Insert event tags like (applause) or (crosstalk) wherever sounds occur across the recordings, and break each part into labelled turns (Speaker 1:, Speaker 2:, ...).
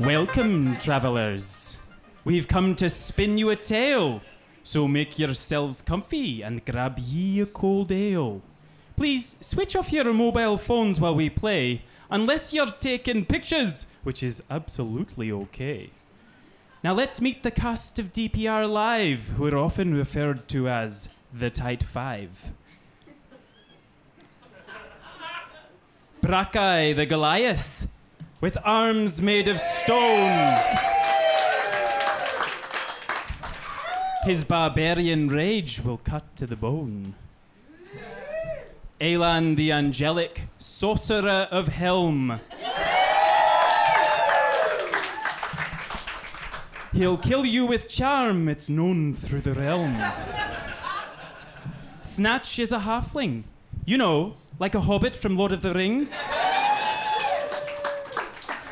Speaker 1: Welcome, travelers. We've come to spin you a tale, so make yourselves comfy and grab ye a cold ale. Please switch off your mobile phones while we play, unless you're taking pictures, which is absolutely okay. Now let's meet the cast of DPR Live, who are often referred to as the Tight Five. Brackeye the Goliath, with arms made of stone. His barbarian rage will cut to the bone. Alan the angelic, sorcerer of Helm. He'll kill you with charm, it's known through the realm. Snatch is a halfling. You know, like a hobbit from Lord of the Rings.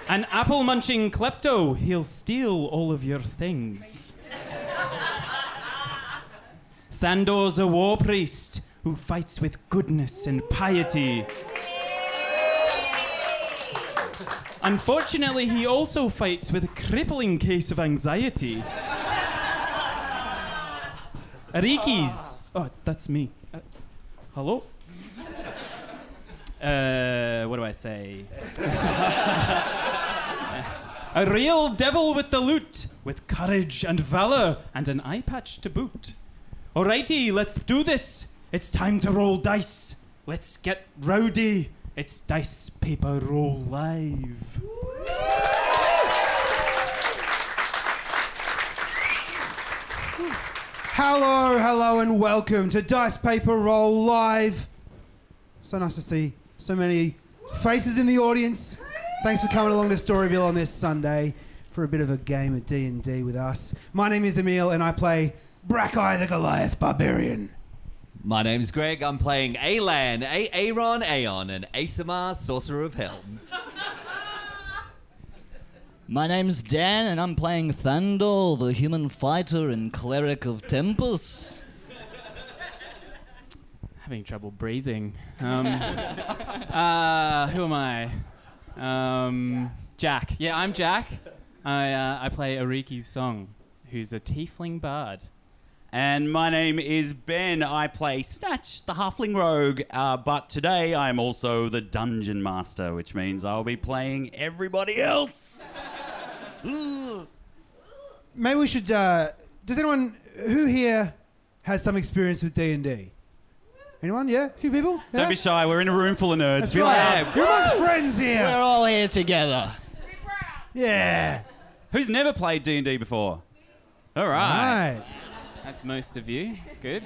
Speaker 1: An apple munching klepto, he'll steal all of your things. Thandor's a war priest who fights with goodness and piety. Unfortunately, he also fights with a crippling case of anxiety. Arikis. Oh, that's me. Uh, hello? Uh, what do I say? A real devil with the loot, with courage and valor, and an eye patch to boot. Alrighty, let's do this. It's time to roll dice. Let's get rowdy. It's dice paper roll live.
Speaker 2: Hello, hello, and welcome to Dice Paper Roll Live. So nice to see so many faces in the audience. Thanks for coming along to Storyville on this Sunday for a bit of a game of D and D with us. My name is Emil, and I play Brackeye the Goliath Barbarian.
Speaker 3: My name's Greg. I'm playing Alan, A Aaron, Aeon, and Asamar, Sorcerer of Helm.
Speaker 4: My name's Dan, and I'm playing Thandor, the human fighter and cleric of Tempest.
Speaker 1: Having trouble breathing. Um, (laughs) uh, who am I? Um, Jack. Yeah, I'm Jack. I, uh, I play Ariki's song, who's a tiefling bard.
Speaker 5: And my name is Ben. I play Snatch, the Halfling Rogue, uh, but today I'm also the Dungeon Master, which means I'll be playing everybody else. Ugh.
Speaker 2: Maybe we should. Uh, does anyone who here has some experience with D and D? Anyone? Yeah, a few people. Yeah?
Speaker 5: Don't be shy, we're in a room full of nerds.
Speaker 2: That's
Speaker 5: Be
Speaker 2: right.
Speaker 5: loud.
Speaker 2: We're amongst friends here.
Speaker 4: We're all here together.
Speaker 2: yeah.
Speaker 5: Who's never played D&D before? All
Speaker 2: All
Speaker 5: right.
Speaker 2: right.
Speaker 1: That's most of you. Good.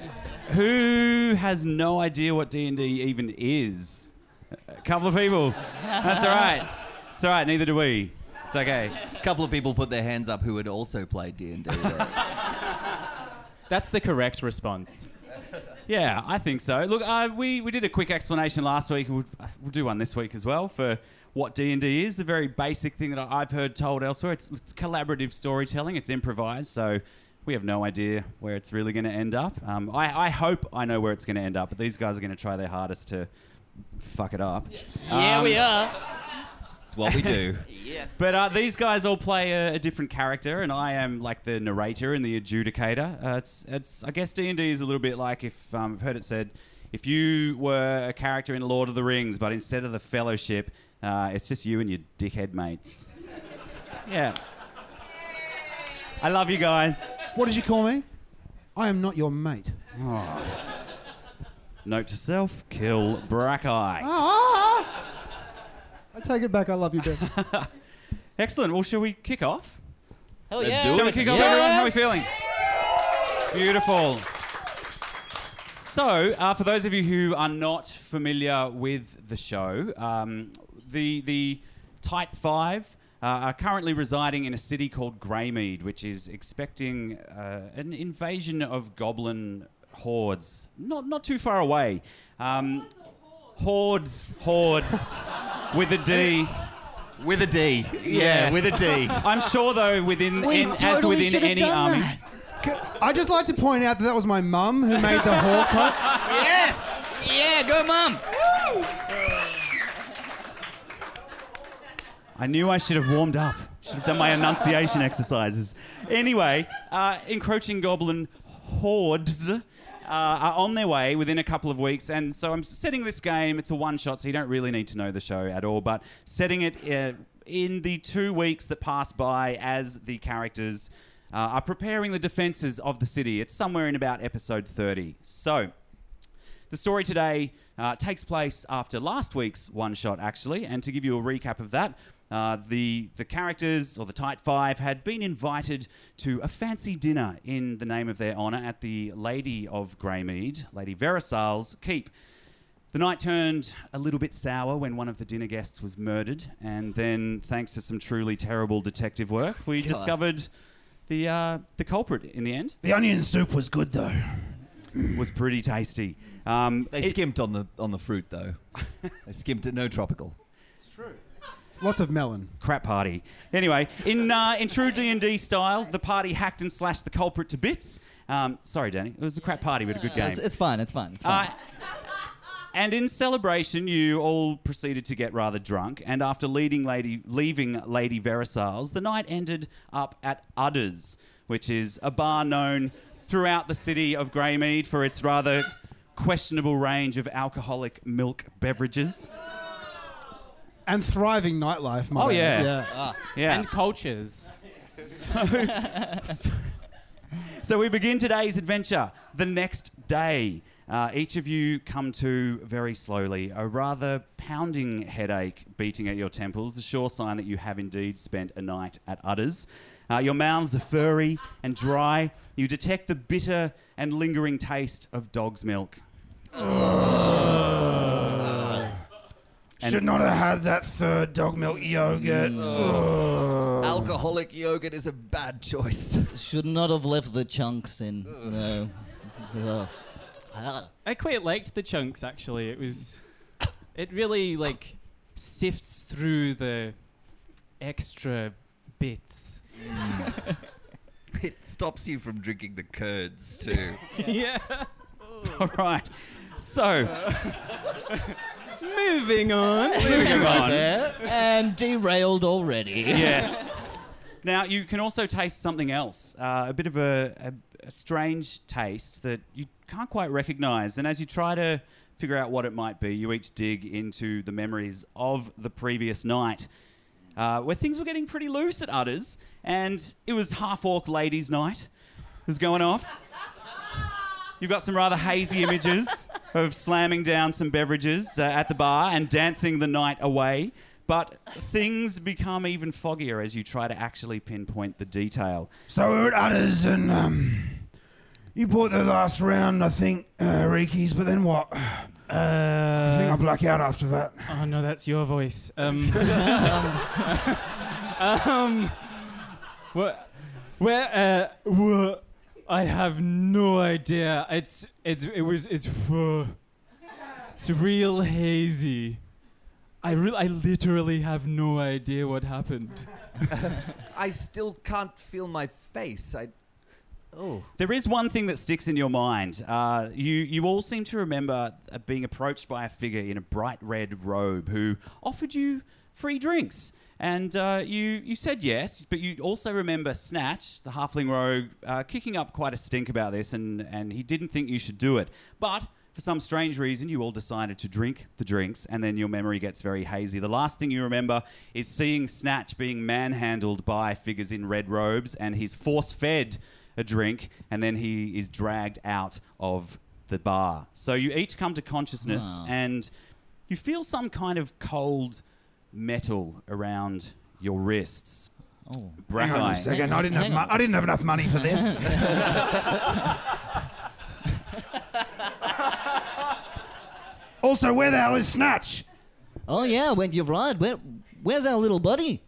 Speaker 5: Who has no idea what D&D even is? A couple of people. That's all right. It's all right, neither do we. It's okay.
Speaker 3: A couple of people put their hands up who had also played D&D. though.
Speaker 1: That's the correct response.
Speaker 5: Yeah, I think so. Look, uh, we, we did a quick explanation last week, and we'll, uh, we'll do one this week as well for what D&D is, the very basic thing that I- I've heard told elsewhere. It's, it's collaborative storytelling. It's improvised, so we have no idea where it's really going to end up. Um, I, I hope I know where it's going to end up, but these guys are going to try their hardest to fuck it up. Um,
Speaker 4: yeah, we are.
Speaker 3: It's what we
Speaker 5: (laughs)
Speaker 3: do.
Speaker 5: But uh, these guys all play a, a different character, and I am like the narrator and the adjudicator. Uh, it's, it's I guess D and D is a little bit like if um, I've heard it said, if you were a character in Lord of the Rings, but instead of the Fellowship, uh, it's just you and your dickhead mates. yeah. I love you guys.
Speaker 2: What did you call me? I am not your mate.
Speaker 5: Note to self: kill Brackeye.
Speaker 2: Ah! I take it back. I love you, Ben.
Speaker 5: Excellent. Well, shall we kick off?
Speaker 4: Hell
Speaker 3: Let's
Speaker 4: yeah.
Speaker 3: do
Speaker 5: Shall we
Speaker 3: it.
Speaker 5: kick off,
Speaker 4: Yeah.
Speaker 5: everyone? How are we feeling? Beautiful. So, uh, for those of you who are not familiar with the show, um, the the Tight Five uh, are currently residing in a city called Greymead, which is expecting uh, an invasion of goblin hordes. Not not too far away. Um, hordes, hordes, with a D.
Speaker 3: With a D. Yeah,
Speaker 5: Yes.
Speaker 3: with a D.
Speaker 5: I'm sure though, within
Speaker 4: We
Speaker 5: in, as
Speaker 4: totally
Speaker 5: within
Speaker 4: should have
Speaker 5: any
Speaker 4: done
Speaker 5: army.
Speaker 4: that.
Speaker 2: I'd just like to point out that that was my mum who made the (laughs) whore cut.
Speaker 4: Yes. (laughs) Yeah, go, mum.
Speaker 5: I knew I should have warmed up. Should have done my enunciation exercises. Anyway, uh, encroaching goblin hordes uh, are on their way within a couple of weeks, and so I'm setting this game. It's a one shot, so you don't really need to know the show at all, but setting it uh, in the two weeks that pass by as the characters uh, are preparing the defenses of the city. It's somewhere in about episode 30. So. The story today uh, takes place after last week's one shot, actually. And to give you a recap of that, uh, the the characters or the Tight Five had been invited to a fancy dinner in the name of their honour at the Lady of Greymead, Lady Verisal's keep. The night turned a little bit sour when one of the dinner guests was murdered, and then, thanks to some truly terrible detective work, we discovered the uh, the culprit. In the end,
Speaker 2: The onion soup was good though.
Speaker 5: was pretty tasty. Um,
Speaker 3: They
Speaker 5: it-
Speaker 3: skimped on the on the fruit though. they skimped it. No tropical.
Speaker 2: Lots of melon.
Speaker 5: crap party. Anyway, in uh, in true D and D style, the party hacked and slashed the culprit to bits. Um, sorry, Danny, it was a crap party, but a good
Speaker 4: Uh, It's,
Speaker 5: game.
Speaker 4: it's fine. It's fine. It's fine.
Speaker 5: Uh, and in celebration, you all proceeded to get rather drunk, and after leading lady, leaving Lady Verisal's, the night ended up at Udders, which is a bar known throughout the city of Greymead for its rather questionable range of alcoholic milk beverages.
Speaker 2: And thriving nightlife, my
Speaker 5: Oh,
Speaker 2: man.
Speaker 5: yeah. Yeah.
Speaker 1: And cultures.
Speaker 5: So we begin today's adventure. The next day, uh, each of you come to very slowly a rather pounding headache beating at your temples, the sure sign that you have indeed spent a night at Udders. Uh, your mouths are furry and dry. You detect the bitter and lingering taste of dog's milk. And
Speaker 2: Should not have had that third dog milk yogurt.
Speaker 3: Alcoholic yogurt is a bad
Speaker 6: (laughs)
Speaker 3: choice.
Speaker 4: Should not have left the chunks in. No. Ugh. Ugh.
Speaker 1: I quite liked the chunks actually. It was, it really like sifts through the extra bits.
Speaker 3: It stops you from drinking the curds too.
Speaker 1: (laughs) yeah.
Speaker 5: (laughs) All right. So,
Speaker 1: Moving on.
Speaker 5: moving on.
Speaker 4: and
Speaker 5: (laughs)
Speaker 4: derailed already.
Speaker 5: yes. Now you can also taste something else, uh, a bit of a, a, a strange taste that you can't quite recognise. And as you try to figure out what it might be, you each dig into the memories of the previous night, uh, where things were getting pretty loose at Udders, and it was half orc ladies' night. It was going off. You've got some rather hazy images of slamming down some beverages uh, at the bar and dancing the night away. But things become even foggier as you try to actually pinpoint the detail.
Speaker 2: So we were at Udders and um, you bought the last round, I think, uh, Riki's, but then what? (sighs) I think I
Speaker 1: Uh,
Speaker 2: black out after that.
Speaker 1: oh no, that's your (laughs) voice. Um. um. What? Where? Uh. wha- I have no idea. It's. It's. It was. It's. wha- It's real hazy. I re- I literally have no idea what happened.
Speaker 6: (laughs) I still can't feel my face. I. Oh.
Speaker 5: There is one thing that sticks in your mind. Uh, you, you all seem to remember uh, being approached by a figure in a bright red robe who offered you free drinks. And uh, you, you said yes, but you also remember Snatch, the halfling rogue, uh, kicking up quite a stink about this, and, and he didn't think you should do it. But for some strange reason, you all decided to drink the drinks, and then your memory gets very hazy. The last thing you remember is seeing Snatch being manhandled by figures in red robes, and he's force fed a drink, and then he is dragged out of the bar. So you each come to consciousness,
Speaker 4: Wow.
Speaker 5: and you feel some kind of cold metal around your wrists.
Speaker 4: Oh.
Speaker 2: Hang on a
Speaker 5: Brackeye.
Speaker 2: second. I didn't, have
Speaker 4: Hang
Speaker 2: mo-
Speaker 4: on.
Speaker 2: I didn't have enough money for this. also, where the hell is Snatch?
Speaker 4: Oh yeah, when you're right. Where, where's our little buddy?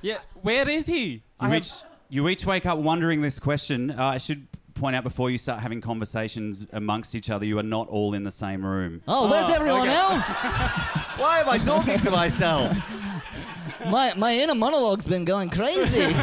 Speaker 1: Yeah. Where is he?
Speaker 5: You each, you each wake up wondering this question. Uh, I should point out before you start having conversations amongst each other, you are not all in the same room.
Speaker 4: Oh, where's
Speaker 1: Oh,
Speaker 4: everyone
Speaker 1: okay.
Speaker 4: else?
Speaker 3: Why am I talking to myself?
Speaker 4: My my inner monologue's been going crazy.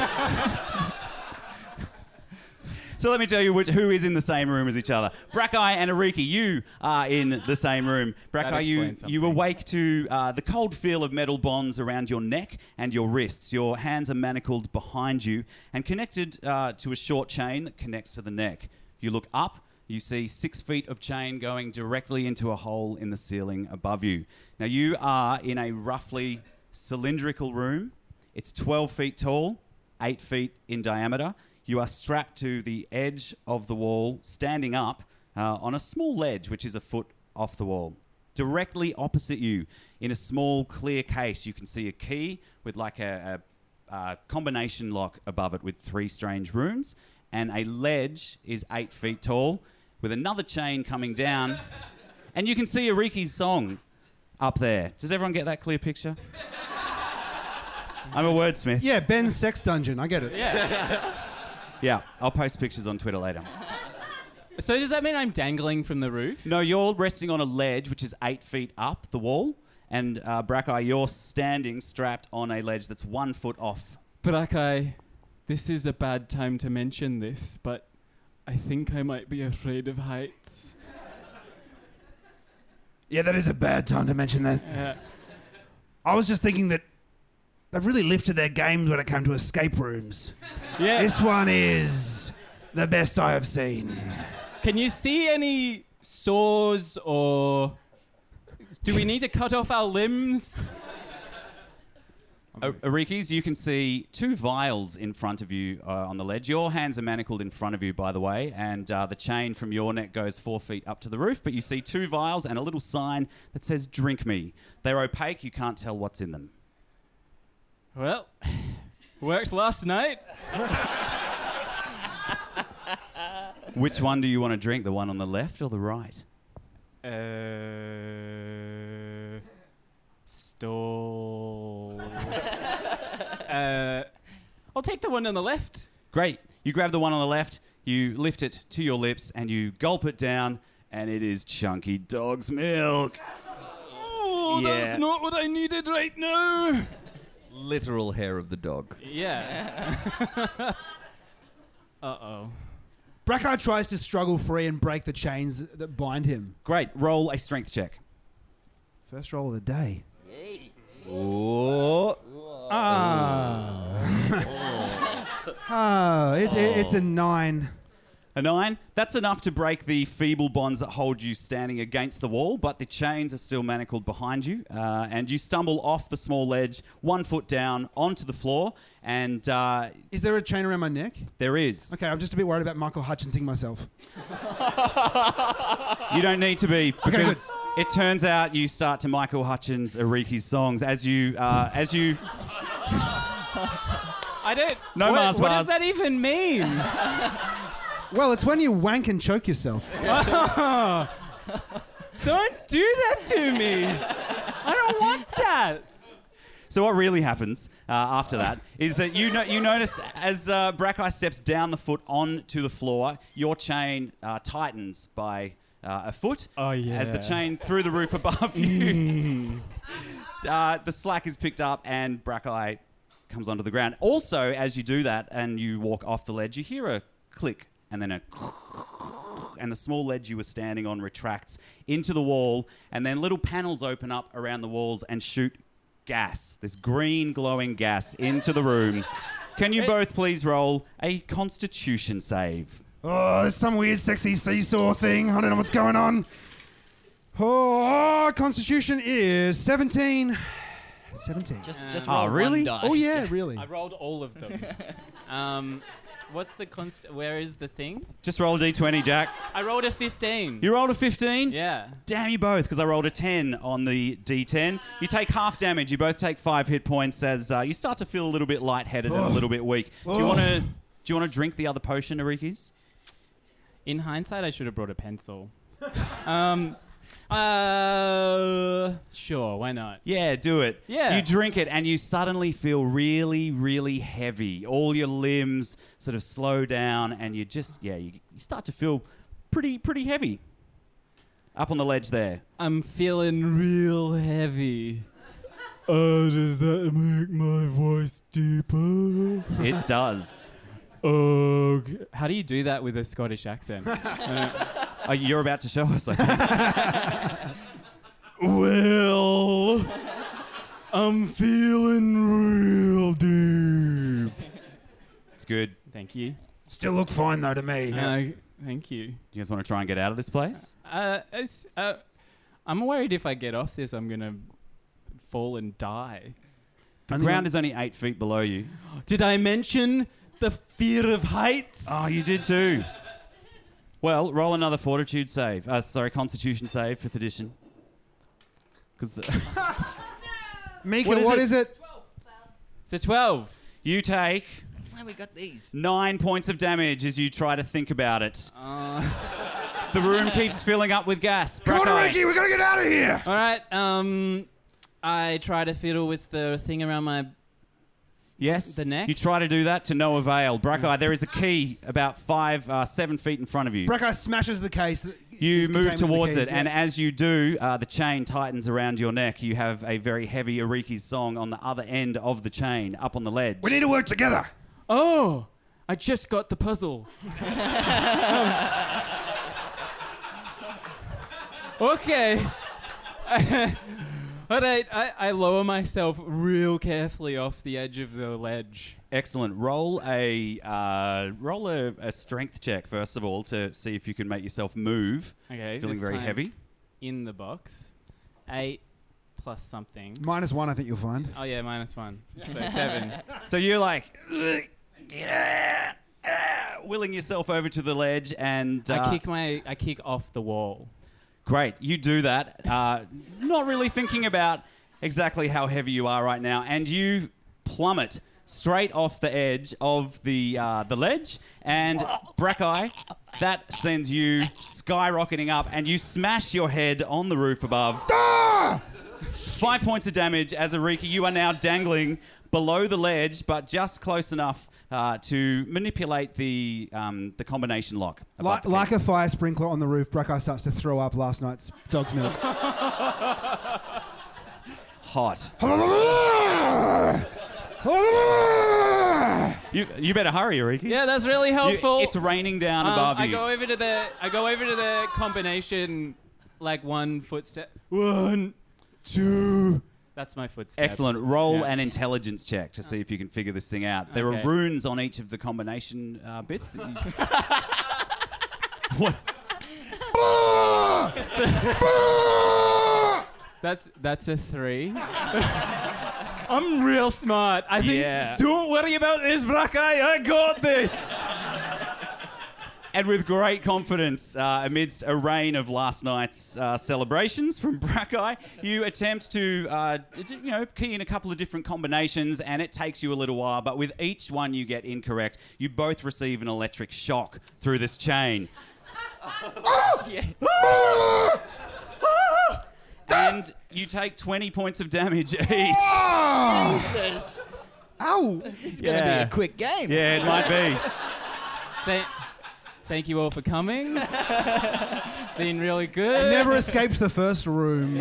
Speaker 5: So let me tell you which, who is in the same room as each other. Brackeye and Ariki, you are in the same room. Brackeye, you,
Speaker 1: explains
Speaker 5: you
Speaker 1: something.
Speaker 5: awake to uh, the cold feel of metal bonds around your neck and your wrists. Your hands are manacled behind you and connected uh, to a short chain that connects to the neck. You look up, you see six feet of chain going directly into a hole in the ceiling above you. Now, you are in a roughly cylindrical room. It's 12 feet tall, 8 feet in diameter. You are strapped to the edge of the wall, standing up uh, on a small ledge, which is a foot off the wall. Directly opposite you, in a small clear case, you can see a key with like a, a, uh combination lock above it with three strange runes, and a ledge is eight feet tall with another chain coming down. And you can see Ariki's song up there. Does everyone get that clear picture? I'm a wordsmith.
Speaker 2: Yeah, Ben's sex dungeon. I get it. Yeah.
Speaker 5: Yeah, I'll post pictures on Twitter later.
Speaker 1: So does that mean I'm dangling from the roof?
Speaker 5: No, you're resting on a ledge which is eight feet up the wall, and uh, Brackeye, you're standing strapped on a ledge that's one foot off.
Speaker 1: Brackeye, this is a bad time to mention this, but I think I might be afraid of heights.
Speaker 2: that is a bad time to mention that.
Speaker 1: Yeah.
Speaker 2: I was just thinking that they've really lifted their games when it came to escape rooms.
Speaker 1: Yeah.
Speaker 2: This one is the best I have seen.
Speaker 1: Can you see any sores or do we need to cut off our limbs?
Speaker 5: A- Arikis, you can see two vials in front of you uh, on the ledge. Your hands are manacled in front of you, by the way, and uh, the chain from your neck goes four feet up to the roof. But you see two vials and a little sign that says "Drink me." They're opaque; you can't tell what's in them.
Speaker 1: Well, worked last night.
Speaker 5: Which one do you want to drink? The one on the left or the right?
Speaker 1: Uh, stole. uh, I'll take the one on the left.
Speaker 5: Great. You grab the one on the left, you lift it to your lips, and you gulp it down, and it is chunky dog's milk.
Speaker 1: Oh,
Speaker 5: Yeah.
Speaker 1: that's not what I needed right now.
Speaker 6: (laughs) Literal hair of the dog.
Speaker 1: Yeah. uh oh.
Speaker 2: Brackard tries to struggle free and break the chains that bind him.
Speaker 5: Great. Roll a strength check.
Speaker 2: First roll of the day.
Speaker 6: Oh.
Speaker 2: Ah. (laughs) oh, it's, it- it's a nine.
Speaker 5: A nine. That's enough to break the feeble bonds that hold you standing against the wall, but the chains are still manacled behind you, uh, and you stumble off the small ledge, one foot down, onto the floor, and uh,
Speaker 2: Is there a chain around my neck?
Speaker 5: there is.
Speaker 2: Okay, I'm just a bit worried about Michael Hutchinsing myself.
Speaker 5: You don't need to
Speaker 2: Okay,
Speaker 5: be
Speaker 2: good.
Speaker 5: because it turns out you start to Michael Hutchins Ariki's songs as you uh, as you
Speaker 1: I don't.
Speaker 5: No
Speaker 1: what,
Speaker 5: Mars
Speaker 1: What
Speaker 5: bars.
Speaker 1: does that even mean?
Speaker 2: Well, it's when you wank and choke yourself.
Speaker 1: don't do that to me. I don't want that.
Speaker 5: So what really happens uh, after that is that you no- you notice as uh, Brackeye steps down the foot onto the floor, your chain uh, tightens by uh, a foot.
Speaker 1: Oh, yeah. Mm.
Speaker 5: As the chain through the roof above you, (laughs) uh, the slack is picked up and Brackeye comes onto the ground. Also, as you do that and you walk off the ledge, you hear a click and then a and the small ledge you were standing on retracts into the wall, and then little panels open up around the walls and shoot gas, this green glowing gas, into the room. Can you both please roll a constitution save?
Speaker 2: Oh, there's some weird sexy seesaw thing. I don't know what's going on. Oh, Constitution is 17. 17.
Speaker 4: Just, just
Speaker 5: Oh,
Speaker 4: roll one
Speaker 5: really?
Speaker 4: die.
Speaker 2: oh, yeah, really.
Speaker 1: I rolled all of them. um, what's the const? Where is the thing?
Speaker 5: Just roll a d20, Jack.
Speaker 1: I rolled a 15.
Speaker 5: You rolled a 15?
Speaker 1: yeah.
Speaker 5: Damn you both, because I rolled a 10 on the d10. You take half damage. You both take five hit points as uh, you start to feel a little bit lightheaded and a little bit weak. Do you
Speaker 2: Ugh.
Speaker 5: want to? Do you want to drink the other potion, Arikis?
Speaker 1: In hindsight, I should have brought a (laughs) pencil. um, uh, sure, why not?
Speaker 5: Yeah, do it.
Speaker 1: Yeah.
Speaker 5: You drink it and you suddenly feel really, really heavy. All your limbs sort of slow down and you just, yeah, you, you start to feel pretty, pretty heavy. Up on the ledge there.
Speaker 1: I'm feeling real heavy. Oh, does that make my voice deeper?
Speaker 5: It does.
Speaker 1: Ugh. How do you do that with a Scottish accent?
Speaker 5: Uh, you're about to show us. I
Speaker 1: (laughs)
Speaker 5: think.
Speaker 1: well, I'm feeling real deep.
Speaker 5: it's good.
Speaker 1: Thank you.
Speaker 2: Still look fine though to me.
Speaker 1: Uh, thank you.
Speaker 5: Do you guys want to try and get out of this place?
Speaker 1: Uh, it's, uh, I'm worried if I get off this, I'm gonna fall and die.
Speaker 5: The ground is only eight feet below you.
Speaker 1: Did I mention the fear of heights?
Speaker 5: Oh, you did too. Well, roll another fortitude save. Uh, sorry, constitution save, fifth edition. Because
Speaker 2: Mika,
Speaker 5: What is
Speaker 2: what
Speaker 5: it?
Speaker 2: is it?
Speaker 1: it's a 12.
Speaker 5: you take
Speaker 4: That's why we got these.
Speaker 5: nine points of damage as you try to think about it.
Speaker 4: Uh.
Speaker 5: the room keeps filling up with gas.
Speaker 2: Come on,
Speaker 5: Brackeye.
Speaker 2: Ricky, we gotta get out of here.
Speaker 1: All right. Um, I try to fiddle with the thing around my.
Speaker 5: Yes.
Speaker 1: The neck?
Speaker 5: You try to do that to no avail. Brackeye, there is a key about five, uh, seven feet in front of you.
Speaker 2: Brackeye smashes the case. that
Speaker 5: You
Speaker 2: is contained
Speaker 5: move
Speaker 2: with the
Speaker 5: towards
Speaker 2: keys,
Speaker 5: it, and
Speaker 2: yeah.
Speaker 5: as you do, uh, the chain tightens around your neck. You have a very heavy Ariki's song on the other end of the chain, up on the ledge.
Speaker 2: we need to work together.
Speaker 1: Oh, I just got the puzzle. (laughs) Um, okay. (laughs) All right. I, I lower myself real carefully off the edge of the ledge.
Speaker 5: Excellent. Roll a uh, roll a, a strength check first of all to see if you can make yourself move.
Speaker 1: Okay.
Speaker 5: Feeling
Speaker 1: this
Speaker 5: very
Speaker 1: time
Speaker 5: heavy.
Speaker 1: In the box. Eight plus something.
Speaker 2: Minus one, I think you'll find.
Speaker 5: Uh,
Speaker 1: Oh yeah, minus one. So (laughs) seven.
Speaker 5: So you're like. ah," Willing yourself over to the ledge and uh,
Speaker 1: I kick my I kick off the wall.
Speaker 5: Great, you do that. Uh, not really thinking about exactly how heavy you are right now, and you plummet straight off the edge of the uh, the ledge. And Brackeye, that sends you skyrocketing up, and you smash your head on the roof above.
Speaker 2: Ah!
Speaker 5: Five points of damage as Ariki. You are now dangling below the ledge, but just close enough uh, to manipulate the um, the combination lock. above
Speaker 2: Like,
Speaker 5: the key.
Speaker 2: like a fire sprinkler on the roof, Brackeye starts to throw up last night's dog's (laughs) milk.
Speaker 5: hot.
Speaker 2: Brackeye
Speaker 5: You you better hurry, Ariki.
Speaker 1: Yeah, that's really
Speaker 5: You-
Speaker 1: helpful.
Speaker 5: it's raining down
Speaker 1: Um,
Speaker 5: above
Speaker 1: I
Speaker 5: you.
Speaker 1: go over to the I go over to the combination like one footstep. One, two. That's my footsteps.
Speaker 5: Excellent. Roll
Speaker 1: Yeah.
Speaker 5: an intelligence check to see if you can figure this thing out. There
Speaker 1: Okay.
Speaker 5: are runes on each of the combination uh, bits. That you...
Speaker 1: That's that's a three. (laughs) I'm real smart. I think.
Speaker 5: Yeah.
Speaker 1: Don't worry about this, Brackeye. I got this.
Speaker 5: and with great confidence, uh, amidst a rain of last night's uh, celebrations from (laughs) Brackeye, you attempt to, uh, d- d- you know, key in a couple of different combinations, and it takes you a little while. But with each one you get incorrect, you both receive an electric shock through this chain. and you take 20 points of damage each.
Speaker 4: Jesus.
Speaker 2: Ow!
Speaker 4: It's going to
Speaker 5: Yeah.
Speaker 4: be a quick game.
Speaker 5: Yeah, it might be.
Speaker 1: Thank, thank you all for (laughs) coming. it's been really good.
Speaker 2: Never escaped the first room.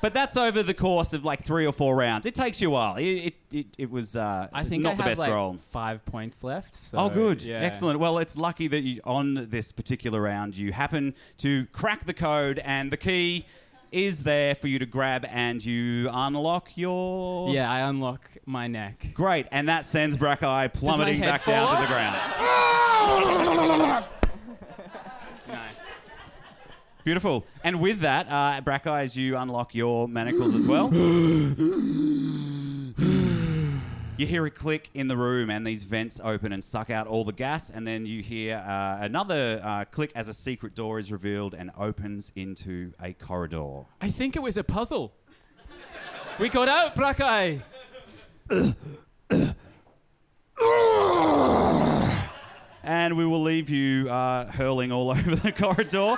Speaker 5: But that's over the course of like three or four rounds. It takes you a while. It, it, it, it was uh,
Speaker 1: I think
Speaker 5: not
Speaker 1: I
Speaker 5: the
Speaker 1: have
Speaker 5: best
Speaker 1: like
Speaker 5: roll.
Speaker 1: five points left. So
Speaker 5: Oh, good.
Speaker 1: yeah.
Speaker 5: Excellent. Well, it's lucky that you, on this particular round, you happen to crack the code, and the key is there for you to grab, and you unlock your.
Speaker 1: Yeah, I unlock my neck.
Speaker 5: Great. And that sends Brackeye plummeting
Speaker 1: head
Speaker 5: back
Speaker 1: fall
Speaker 5: down to
Speaker 1: off?
Speaker 5: the ground.
Speaker 1: (laughs) Nice.
Speaker 5: Beautiful. And with that, uh, Brackeye, as you unlock your manacles as well. You hear a click in the room, and these vents open and suck out all the gas. And then you hear uh, another uh, click as a secret door is revealed and opens into a corridor.
Speaker 1: I think it was a puzzle. We got out, Brackeye.
Speaker 5: And we will leave you uh, hurling all (laughs) over the corridor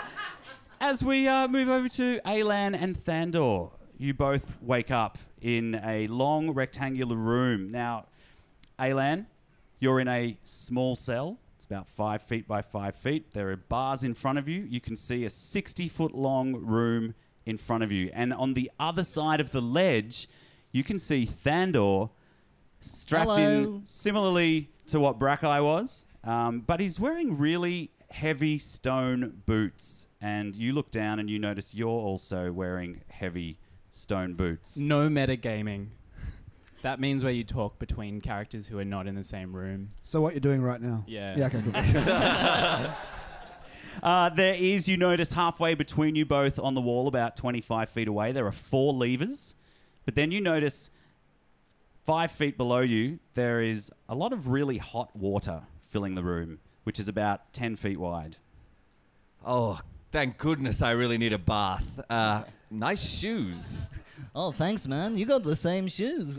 Speaker 5: as we uh, move over to Alan and Thandor. You both wake up in a long rectangular room. Now, Alan, you're in a small cell. It's about five feet by five feet. There are bars in front of you. You can see a 60 foot long room in front of you. And on the other side of the ledge, you can see Thandor strapped
Speaker 4: Hello.
Speaker 5: in similarly to what Brackeye was, um, but he's wearing really heavy stone boots. And you look down and you notice you're also wearing heavy stone boots.
Speaker 1: No metagaming. That means where you talk between characters who are not in the same room.
Speaker 2: So what you're doing right now?
Speaker 1: Yeah.
Speaker 2: Yeah. Okay. Cool.
Speaker 5: Uh, there is, you notice, halfway between you both on the wall, about 25 feet away, there are four levers. But then you notice five feet below you, there is a lot of really hot water filling the room, which is about 10 feet wide.
Speaker 6: Oh, thank goodness I really need a bath. Uh, nice shoes.
Speaker 4: Oh, thanks, man. You got the same shoes.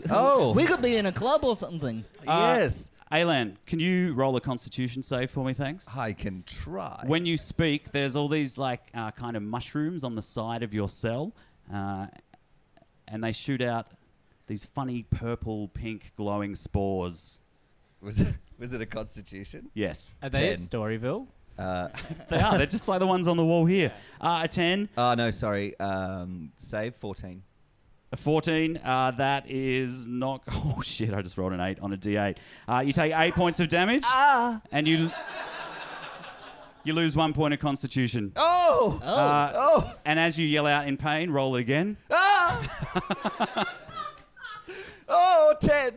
Speaker 4: (laughs)
Speaker 6: Oh.
Speaker 4: we could be in a club or something.
Speaker 5: Uh,
Speaker 6: yes.
Speaker 5: Alan, can you roll a constitution save for me, thanks?
Speaker 6: I can try.
Speaker 5: When you speak, there's all these like uh, kind of mushrooms on the side of your cell, uh, and they shoot out these funny purple, pink, glowing spores.
Speaker 6: was it, was it a constitution?
Speaker 5: Yes,
Speaker 1: Are they
Speaker 6: Ten.
Speaker 1: at Storyville?
Speaker 6: Uh,
Speaker 5: they are. They're just like the ones on the wall here. Uh, a ten,
Speaker 6: oh, no, sorry. Um, save 14.
Speaker 5: a fourteen. Uh, that is not. (laughs) Oh shit! I just rolled an eight on a d8. Uh, you take eight points of damage,
Speaker 4: Uh,
Speaker 6: Ah!
Speaker 5: and you you lose one point of Constitution.
Speaker 6: Oh!
Speaker 4: Oh,
Speaker 5: Uh,
Speaker 6: Oh!
Speaker 5: And as you yell out in pain, roll it again.
Speaker 6: Ah! oh, 10.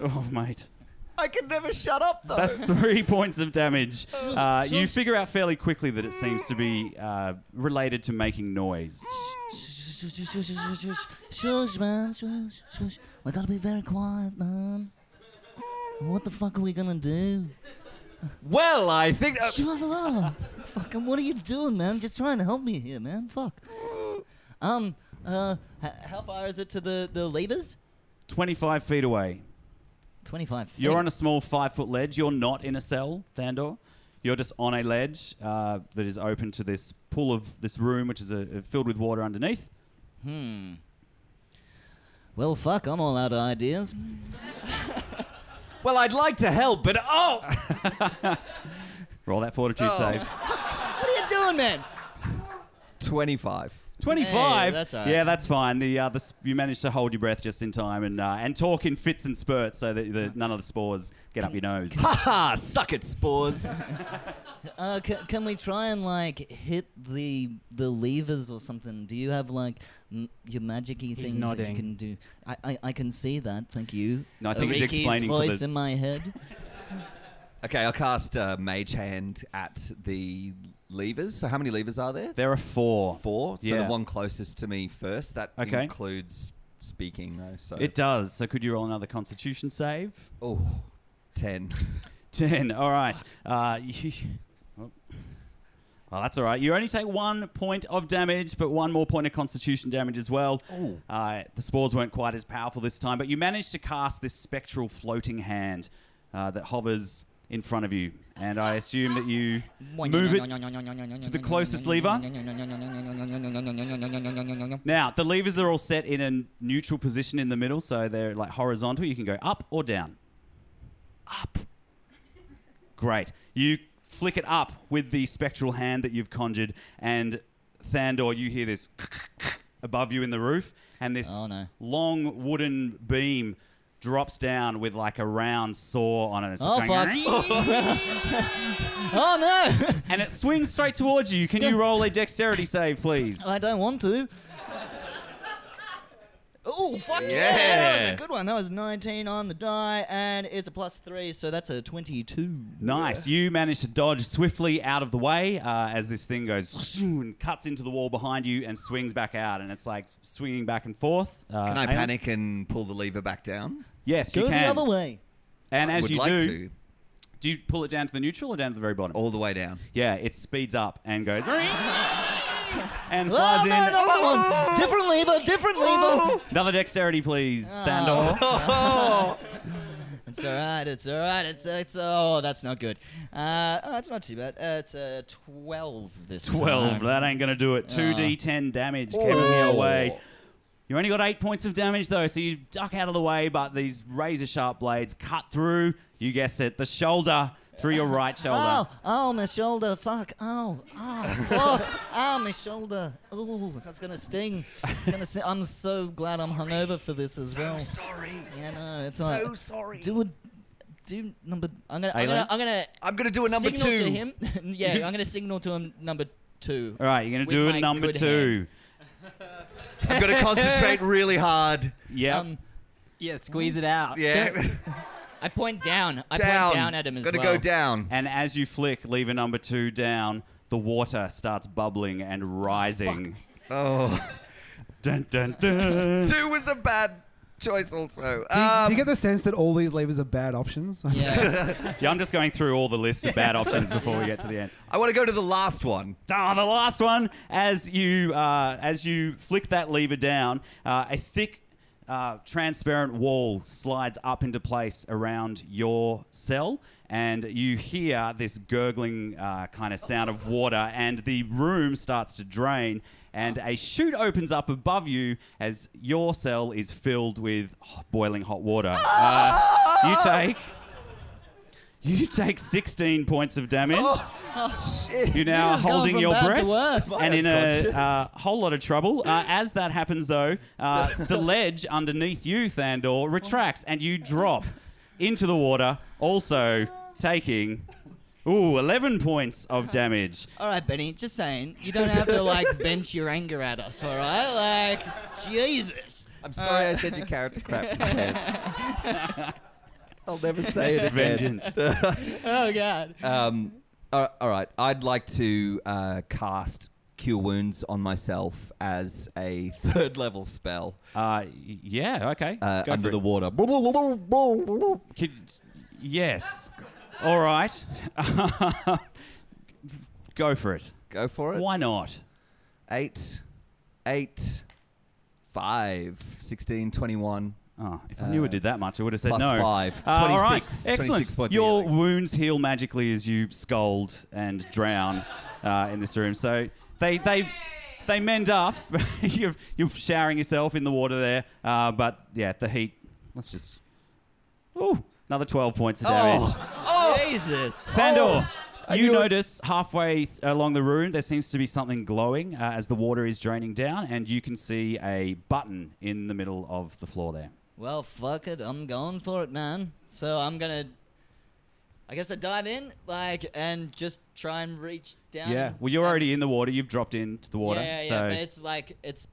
Speaker 5: Oh, mate.
Speaker 6: I can never shut up, though.
Speaker 5: That's three points of damage. Uh, you figure out fairly quickly that it seems to be uh, related to making noise.
Speaker 4: Shush, shush, shush, shush, shush, (laughs) shush, man, shush, shush. We gotta be very quiet, man. What the fuck are we gonna do?
Speaker 6: well, I think. uh,
Speaker 4: Shut up! Fucking, what are you doing, man? Just trying to help me here, man. Fuck. Um, uh, h- how far is it to the the levers?
Speaker 5: 25 feet away.
Speaker 4: Twenty-five. Feet.
Speaker 5: You're on a small five foot ledge. You're not in a cell, Thandor. You're just on a ledge uh, that is open to this pool of this room, which is uh, filled with water underneath.
Speaker 4: Hmm. Well, fuck. I'm all out of ideas.
Speaker 6: well, I'd like to help, but
Speaker 5: (laughs)
Speaker 6: oh!
Speaker 5: Roll that fortitude
Speaker 6: Oh.
Speaker 5: save.
Speaker 4: What are you doing, man?
Speaker 6: 25.
Speaker 5: 25.
Speaker 4: that's all right.
Speaker 5: Yeah, that's fine. The, uh, the s- you managed to hold your breath just in time and uh, and talk in fits and spurts so that the, none of the spores get up your nose.
Speaker 6: Haha! Suck it, spores.
Speaker 4: Uh, c- can we try and like hit the the levers or something? Do you have like m- your magicy things that
Speaker 1: nodding.
Speaker 4: you can do? I, I I can see that. Thank you.
Speaker 5: No, I think he's
Speaker 4: Ricky's
Speaker 5: explaining for
Speaker 4: voice
Speaker 5: the-
Speaker 4: in my head.
Speaker 6: okay, I'll cast uh, Mage Hand at the levers. So, how many levers are there?
Speaker 5: There are four.
Speaker 6: Four. So,
Speaker 5: Yeah.
Speaker 6: the one closest to me first. That
Speaker 5: Okay.
Speaker 6: includes speaking, though. So,
Speaker 5: It does. So could you roll another Constitution save? (laughs)
Speaker 6: oh, 10.
Speaker 5: Ten. All right. Uh, (laughs) you, oh. Well, that's all right. You only take one point of damage, but one more point of Constitution damage as well. Uh, the spores weren't quite as powerful this time, but you managed to cast this spectral floating hand uh, that hovers in front of you, and I assume that you move it
Speaker 4: to
Speaker 5: the (laughs) closest lever. Now, the levers are all set in a neutral position in the middle, so they're like horizontal. You can go up or down. Up. Great. You flick it up with the spectral hand that you've conjured, and Thandor, you hear this (laughs) above you in the roof, and this
Speaker 4: Oh, no.
Speaker 5: long wooden beam drops down with like a round saw on it. It's
Speaker 4: Oh
Speaker 5: just
Speaker 4: fuck!
Speaker 5: going-
Speaker 4: (laughs) oh no!
Speaker 5: (laughs) And it swings straight towards you. Can you roll a dexterity save, please?
Speaker 4: (laughs) I don't want to. Oh fuck yeah. That was
Speaker 5: Yeah.
Speaker 4: a good one. That was 19 on the die, and it's a plus three, so that's a 22.
Speaker 5: Nice. You manage to dodge swiftly out of the way uh, as this thing goes and cuts into the wall behind you and swings back out, and it's like swinging back and forth. Uh,
Speaker 6: Can I
Speaker 5: Aiden?
Speaker 6: panic and pull the lever back down?
Speaker 5: Yes,
Speaker 4: Go
Speaker 5: you can.
Speaker 4: the other way.
Speaker 5: And
Speaker 6: I
Speaker 5: as
Speaker 6: would
Speaker 5: you
Speaker 6: like
Speaker 5: do,
Speaker 6: to,
Speaker 5: do you pull it down to the neutral or down to the very bottom?
Speaker 6: all the way down.
Speaker 5: Yeah, it speeds up and
Speaker 4: (laughs)
Speaker 5: goes (laughs) and flies in.
Speaker 4: Oh, no,
Speaker 5: Oh.
Speaker 4: not that one. Different lever, different lever.
Speaker 5: Another dexterity, please. Stand
Speaker 4: Oh. It's all right. It's all right. It's it's oh, that's not good. Uh, oh, it's not too bad. Uh, it's a 12 this time.
Speaker 5: Twelve. That ain't gonna do it. Two
Speaker 4: Ah.
Speaker 5: d10 damage coming your way. You only got eight points of damage though, so you duck out of the way, but these razor sharp blades cut through, you guess it, the shoulder through your
Speaker 4: (laughs)
Speaker 5: right shoulder.
Speaker 4: Oh, oh, my shoulder. Fuck. Oh, oh, fuck. oh, my shoulder. Ooh, that's gonna sting. It's gonna sting. I'm so glad I'm hungover for this as well.
Speaker 6: Sorry.
Speaker 4: Yeah, no, it's
Speaker 6: So
Speaker 4: alright.
Speaker 6: sorry.
Speaker 4: Do a, do number. I'm gonna. I'm
Speaker 5: Aylan?
Speaker 4: gonna. I'm gonna
Speaker 6: I'm gonna do a Oh, number
Speaker 4: signal
Speaker 6: two.
Speaker 4: to him. (laughs) yeah, I'm gonna signal to him. Number two.
Speaker 5: All right, you're gonna
Speaker 4: With
Speaker 5: do
Speaker 4: my
Speaker 5: it number
Speaker 4: good
Speaker 5: two. (laughs)
Speaker 6: I'm gonna concentrate really hard.
Speaker 5: Yeah.
Speaker 4: Um,
Speaker 1: Yeah, squeeze it out.
Speaker 6: Yeah.
Speaker 4: I point down. I
Speaker 6: down.
Speaker 4: point down at him as
Speaker 6: Gotta
Speaker 4: well. (laughs)
Speaker 6: go down.
Speaker 5: and as you flick lever number two down, the water starts bubbling and rising.
Speaker 6: Oh.
Speaker 5: Dun, dun, dun.
Speaker 6: Two was a bad choice also.
Speaker 2: Do you, do
Speaker 6: Um,
Speaker 2: you get the sense that all these levers are bad options? (laughs)
Speaker 6: (laughs)
Speaker 4: Yeah.
Speaker 5: yeah, I'm just going through all the lists of bad options before we get to the end.
Speaker 6: I want to go to the last one.
Speaker 5: Ah, the last one. As you uh, as you flick that lever down, uh, a thick, uh, transparent wall slides up into place around your cell, and you hear this gurgling uh, kind of sound of water, and the room starts to drain. And a chute opens up above you as your cell is filled with hot- boiling hot water. Uh, you
Speaker 4: Oh.
Speaker 5: take. You take 16 points of damage. You're now
Speaker 4: Oh. This is going
Speaker 5: holding
Speaker 4: from
Speaker 5: your
Speaker 4: bad to
Speaker 5: breath
Speaker 4: worse.
Speaker 5: and in a
Speaker 6: Unconscious.
Speaker 5: uh, whole lot of trouble. Uh, as that happens, though,
Speaker 4: (laughs)
Speaker 5: uh, the ledge underneath you, Thandor, retracts and you drop into the water, also taking, ooh, 11 points of damage.
Speaker 4: all right, Benny. Just saying. You don't have to like vent your anger at us. All right. Like, Jesus.
Speaker 6: I'm sorry I said your
Speaker 4: (laughs)
Speaker 6: character crap kids. I'll never say it again.
Speaker 5: Vengeance.
Speaker 4: Oh God.
Speaker 6: Um, all all right, I'd like to uh, cast Cure Wounds on myself as a (laughs) third level spell
Speaker 5: Uh, yeah, okay.
Speaker 6: uh,
Speaker 5: Go
Speaker 6: under
Speaker 5: for
Speaker 6: the
Speaker 5: it.
Speaker 6: water.
Speaker 5: Could, yes. All right. (laughs) Go for it.
Speaker 6: Go for it.
Speaker 5: Why not?
Speaker 6: Eight, eight, five, 16, 21.
Speaker 5: Oh, if I knew
Speaker 6: Uh,
Speaker 5: it did that much, I would have said
Speaker 6: plus
Speaker 5: no.
Speaker 6: five.
Speaker 5: Uh, all right,
Speaker 6: 26 26
Speaker 5: excellent.
Speaker 6: points of
Speaker 5: Your
Speaker 6: healing.
Speaker 5: wounds heal magically as you scold and drown uh, in this room. So they they they mend up. (laughs) you're, you're showering yourself in the water there, uh, but yeah, the heat. Let's just. Ooh, another twelve points of damage.
Speaker 6: Oh.
Speaker 5: Oh!
Speaker 4: Jesus.
Speaker 5: Thandor, you
Speaker 6: knew it.
Speaker 5: notice halfway along the room there seems to be something glowing uh, as the water is draining down, and you can see a button in the middle of the floor there.
Speaker 4: Well, fuck it. I'm going for it, man. So I'm gonna. I guess I dive in, like, and just try and reach down.
Speaker 5: Yeah. Well, you're
Speaker 4: and-
Speaker 5: already in the water. You've dropped into the water.
Speaker 4: Um, Yeah, yeah,
Speaker 5: so
Speaker 4: yeah. But it's like it's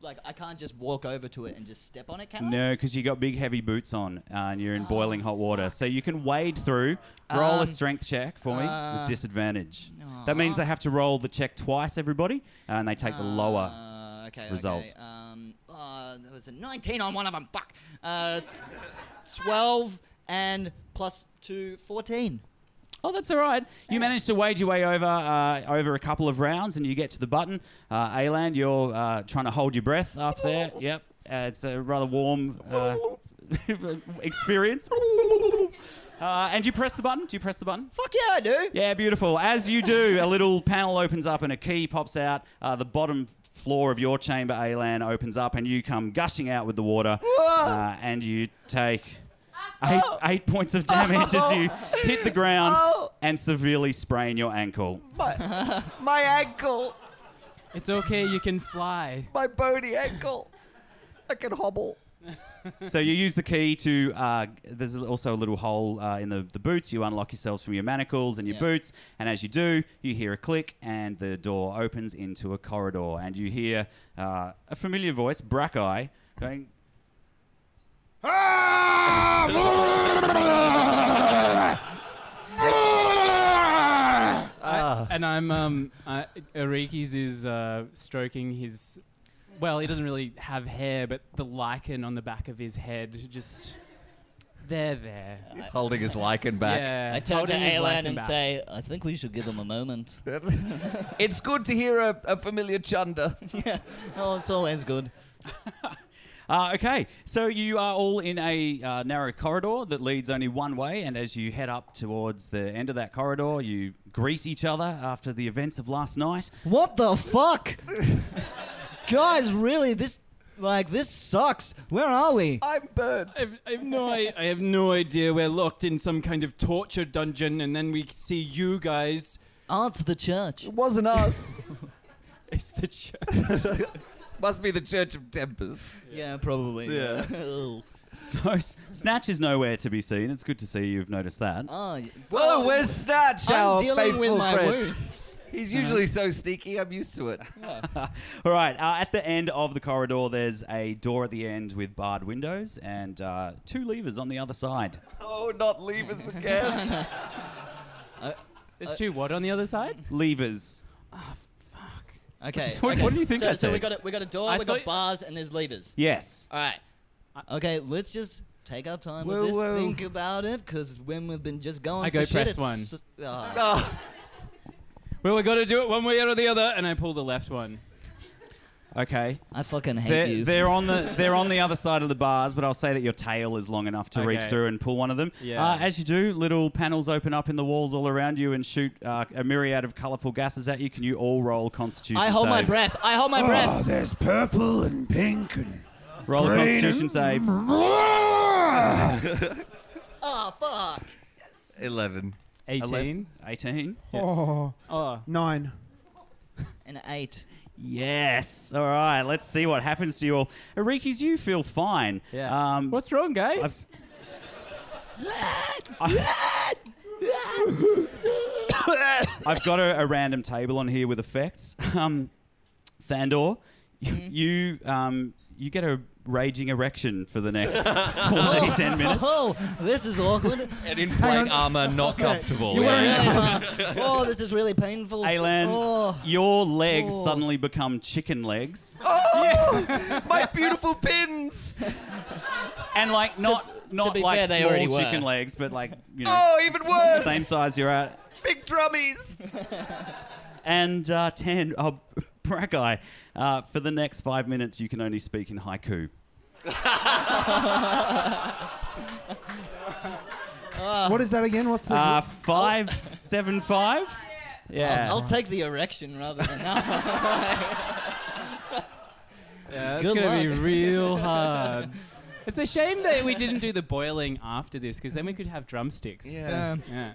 Speaker 4: like I can't just walk over to it and just step on it, can I?
Speaker 5: no, because you got big, heavy boots on, uh, and you're in boiling hot water. So you can wade through. Roll a
Speaker 4: Oh, Um,
Speaker 5: strength check for me
Speaker 4: uh,
Speaker 5: with disadvantage. That means they have to roll the check twice, everybody, and they take the lower.
Speaker 4: Uh, okay.
Speaker 5: result.
Speaker 4: Okay. Um, uh, there was a 19 on one of them. Fuck. Uh, 12 and plus two, 14.
Speaker 5: Oh, that's all right. You manage to wade your way over uh, over a couple of rounds, and you get to the button. Uh, Aland, you're uh, trying to hold your breath up there. Yep, uh, it's a rather warm uh, (laughs) experience. Uh, and you press the button. Do you press the button?
Speaker 4: Fuck yeah, I do.
Speaker 5: Yeah, beautiful. As you do, a little panel opens up and a key pops out. Uh, the bottom floor of your chamber, Alan, opens up and you come gushing out with the water. Uh, and you take eight, eight points of damage as you hit the ground and severely sprain your ankle.
Speaker 6: My, my ankle,
Speaker 1: It's okay, you can fly.
Speaker 6: my bony ankle. I can hobble.
Speaker 5: So you use the key to. Uh, there's also a little hole uh, in the, the boots. You unlock yourselves from your manacles and your
Speaker 4: Yeah.
Speaker 5: boots, and as you do, you hear a click, and the door opens into a corridor, and you hear uh, a familiar voice, Brackeye, going.
Speaker 1: And I'm um, uh, Arikis is uh, stroking his. Well, he doesn't really have hair, but the lichen on the back of his head just. There, there.
Speaker 6: Holding his lichen back.
Speaker 1: Yeah.
Speaker 4: I turn to
Speaker 1: holding his
Speaker 4: Alan
Speaker 1: lichen
Speaker 4: and
Speaker 1: back.
Speaker 4: say, I think we should give him a moment.
Speaker 6: It's good to hear a, a familiar chunder.
Speaker 4: yeah. Oh, it's always good.
Speaker 5: Uh, okay, so you are all in a uh, narrow corridor that leads only one way, and as you head up towards the end of that corridor, you greet each other after the events of last night.
Speaker 4: What the fuck? Guys, really, this Like, this sucks. Where are we?
Speaker 6: I'm burnt.
Speaker 1: I have, I have no I, I have no idea. We're locked in some kind of torture dungeon, and then we see you guys. (laughs)
Speaker 4: Answer the church.
Speaker 6: It wasn't us.
Speaker 1: It's the church.
Speaker 6: Must be the Church of Tempers.
Speaker 4: Yeah, probably.
Speaker 6: Yeah.
Speaker 4: (laughs) oh,
Speaker 5: (laughs) So S- Snatch is nowhere to be seen. It's good to see you've noticed that.
Speaker 4: y-
Speaker 6: Whoa, where's Oh, Snatch,
Speaker 4: I'm
Speaker 6: our
Speaker 4: dealing with
Speaker 6: faithful
Speaker 4: my
Speaker 6: friend?
Speaker 4: wounds.
Speaker 6: He's usually so sneaky, I'm used to it.
Speaker 5: All right. Uh, at the end of the corridor, there's a door at the end with barred windows and uh, two levers on the other side.
Speaker 6: Oh, not leave us again.
Speaker 1: There's two what on the other side?
Speaker 5: Levers.
Speaker 4: Okay.
Speaker 5: What-
Speaker 4: okay.
Speaker 5: what do you think
Speaker 4: So,
Speaker 5: I
Speaker 4: so we
Speaker 5: said?
Speaker 4: got a, we got a door,
Speaker 1: I
Speaker 4: we
Speaker 1: saw
Speaker 4: got
Speaker 1: it-
Speaker 4: bars, and there's levers.
Speaker 5: Yes.
Speaker 4: All right. Okay, let's just take our time
Speaker 6: Whoa,
Speaker 4: with this.
Speaker 6: whoa.
Speaker 4: Think about it, because when we've been just going
Speaker 1: I
Speaker 4: for
Speaker 1: go
Speaker 4: shit,
Speaker 1: press
Speaker 4: it's
Speaker 1: one.
Speaker 4: s- ah.
Speaker 1: Well, we got to do it one way or the other, and I pull the left one.
Speaker 5: Okay.
Speaker 4: I fucking hate
Speaker 5: They're,
Speaker 4: you.
Speaker 5: they're on the they're on the other side of the bars, but I'll say that your tail is long enough to reach
Speaker 1: Okay.
Speaker 5: through and pull one of them.
Speaker 1: Yeah.
Speaker 5: Uh, as you do, little panels open up in the walls all around you and shoot uh, a myriad of colourful gases at you. Can you all roll Constitution?
Speaker 4: I hold my
Speaker 5: saves?
Speaker 4: breath. I hold my breath.
Speaker 2: Oh, there's purple and pink and.
Speaker 5: Roll a
Speaker 2: Green.
Speaker 5: Constitution save.
Speaker 2: ah.
Speaker 4: Oh fuck.
Speaker 6: 11.
Speaker 1: 18.
Speaker 5: 18.
Speaker 2: Oh,
Speaker 1: Oh.
Speaker 2: nine.
Speaker 4: An eight.
Speaker 5: Yes. All right. Let's see what happens to you all. Arikis, you feel fine.
Speaker 1: Yeah.
Speaker 5: Um,
Speaker 1: What's wrong, guys?
Speaker 4: (laughs)
Speaker 5: I've got a, a random table on here with effects. Um, Thandor, you
Speaker 4: Hmm?
Speaker 5: you, um, you get a raging erection for the
Speaker 4: (laughs)
Speaker 5: next 14, 10 minutes.
Speaker 4: Oh, this
Speaker 5: (laughs)
Speaker 4: is awkward.
Speaker 6: And in plate
Speaker 2: on.
Speaker 6: armor, not comfortable.
Speaker 2: You
Speaker 6: yeah.
Speaker 2: wanna-
Speaker 4: oh, this is really painful.
Speaker 5: Alan,
Speaker 4: Oh.
Speaker 5: your legs
Speaker 4: Oh.
Speaker 5: suddenly become chicken legs,
Speaker 6: Oh, My beautiful pins.
Speaker 5: and like not not
Speaker 4: be
Speaker 5: like
Speaker 4: fair, they
Speaker 5: small
Speaker 4: already were.
Speaker 5: chicken legs, but like you know,
Speaker 6: Oh, even worse.
Speaker 5: same size you're at.
Speaker 6: Big drummies.
Speaker 5: And uh, ten, uh, (laughs) Brackeye, uh, for the next five minutes, you can only speak in haiku.
Speaker 2: what is that again? What's the.
Speaker 5: Uh, five, seven, five. Yeah.
Speaker 4: I'll take the erection rather than that. (laughs)
Speaker 1: Yeah, that's
Speaker 4: Good
Speaker 1: gonna be
Speaker 4: luck.
Speaker 1: real hard. (laughs) It's a shame that we didn't do the boiling after this, because then we could have drumsticks.
Speaker 6: Yeah.
Speaker 1: Yeah.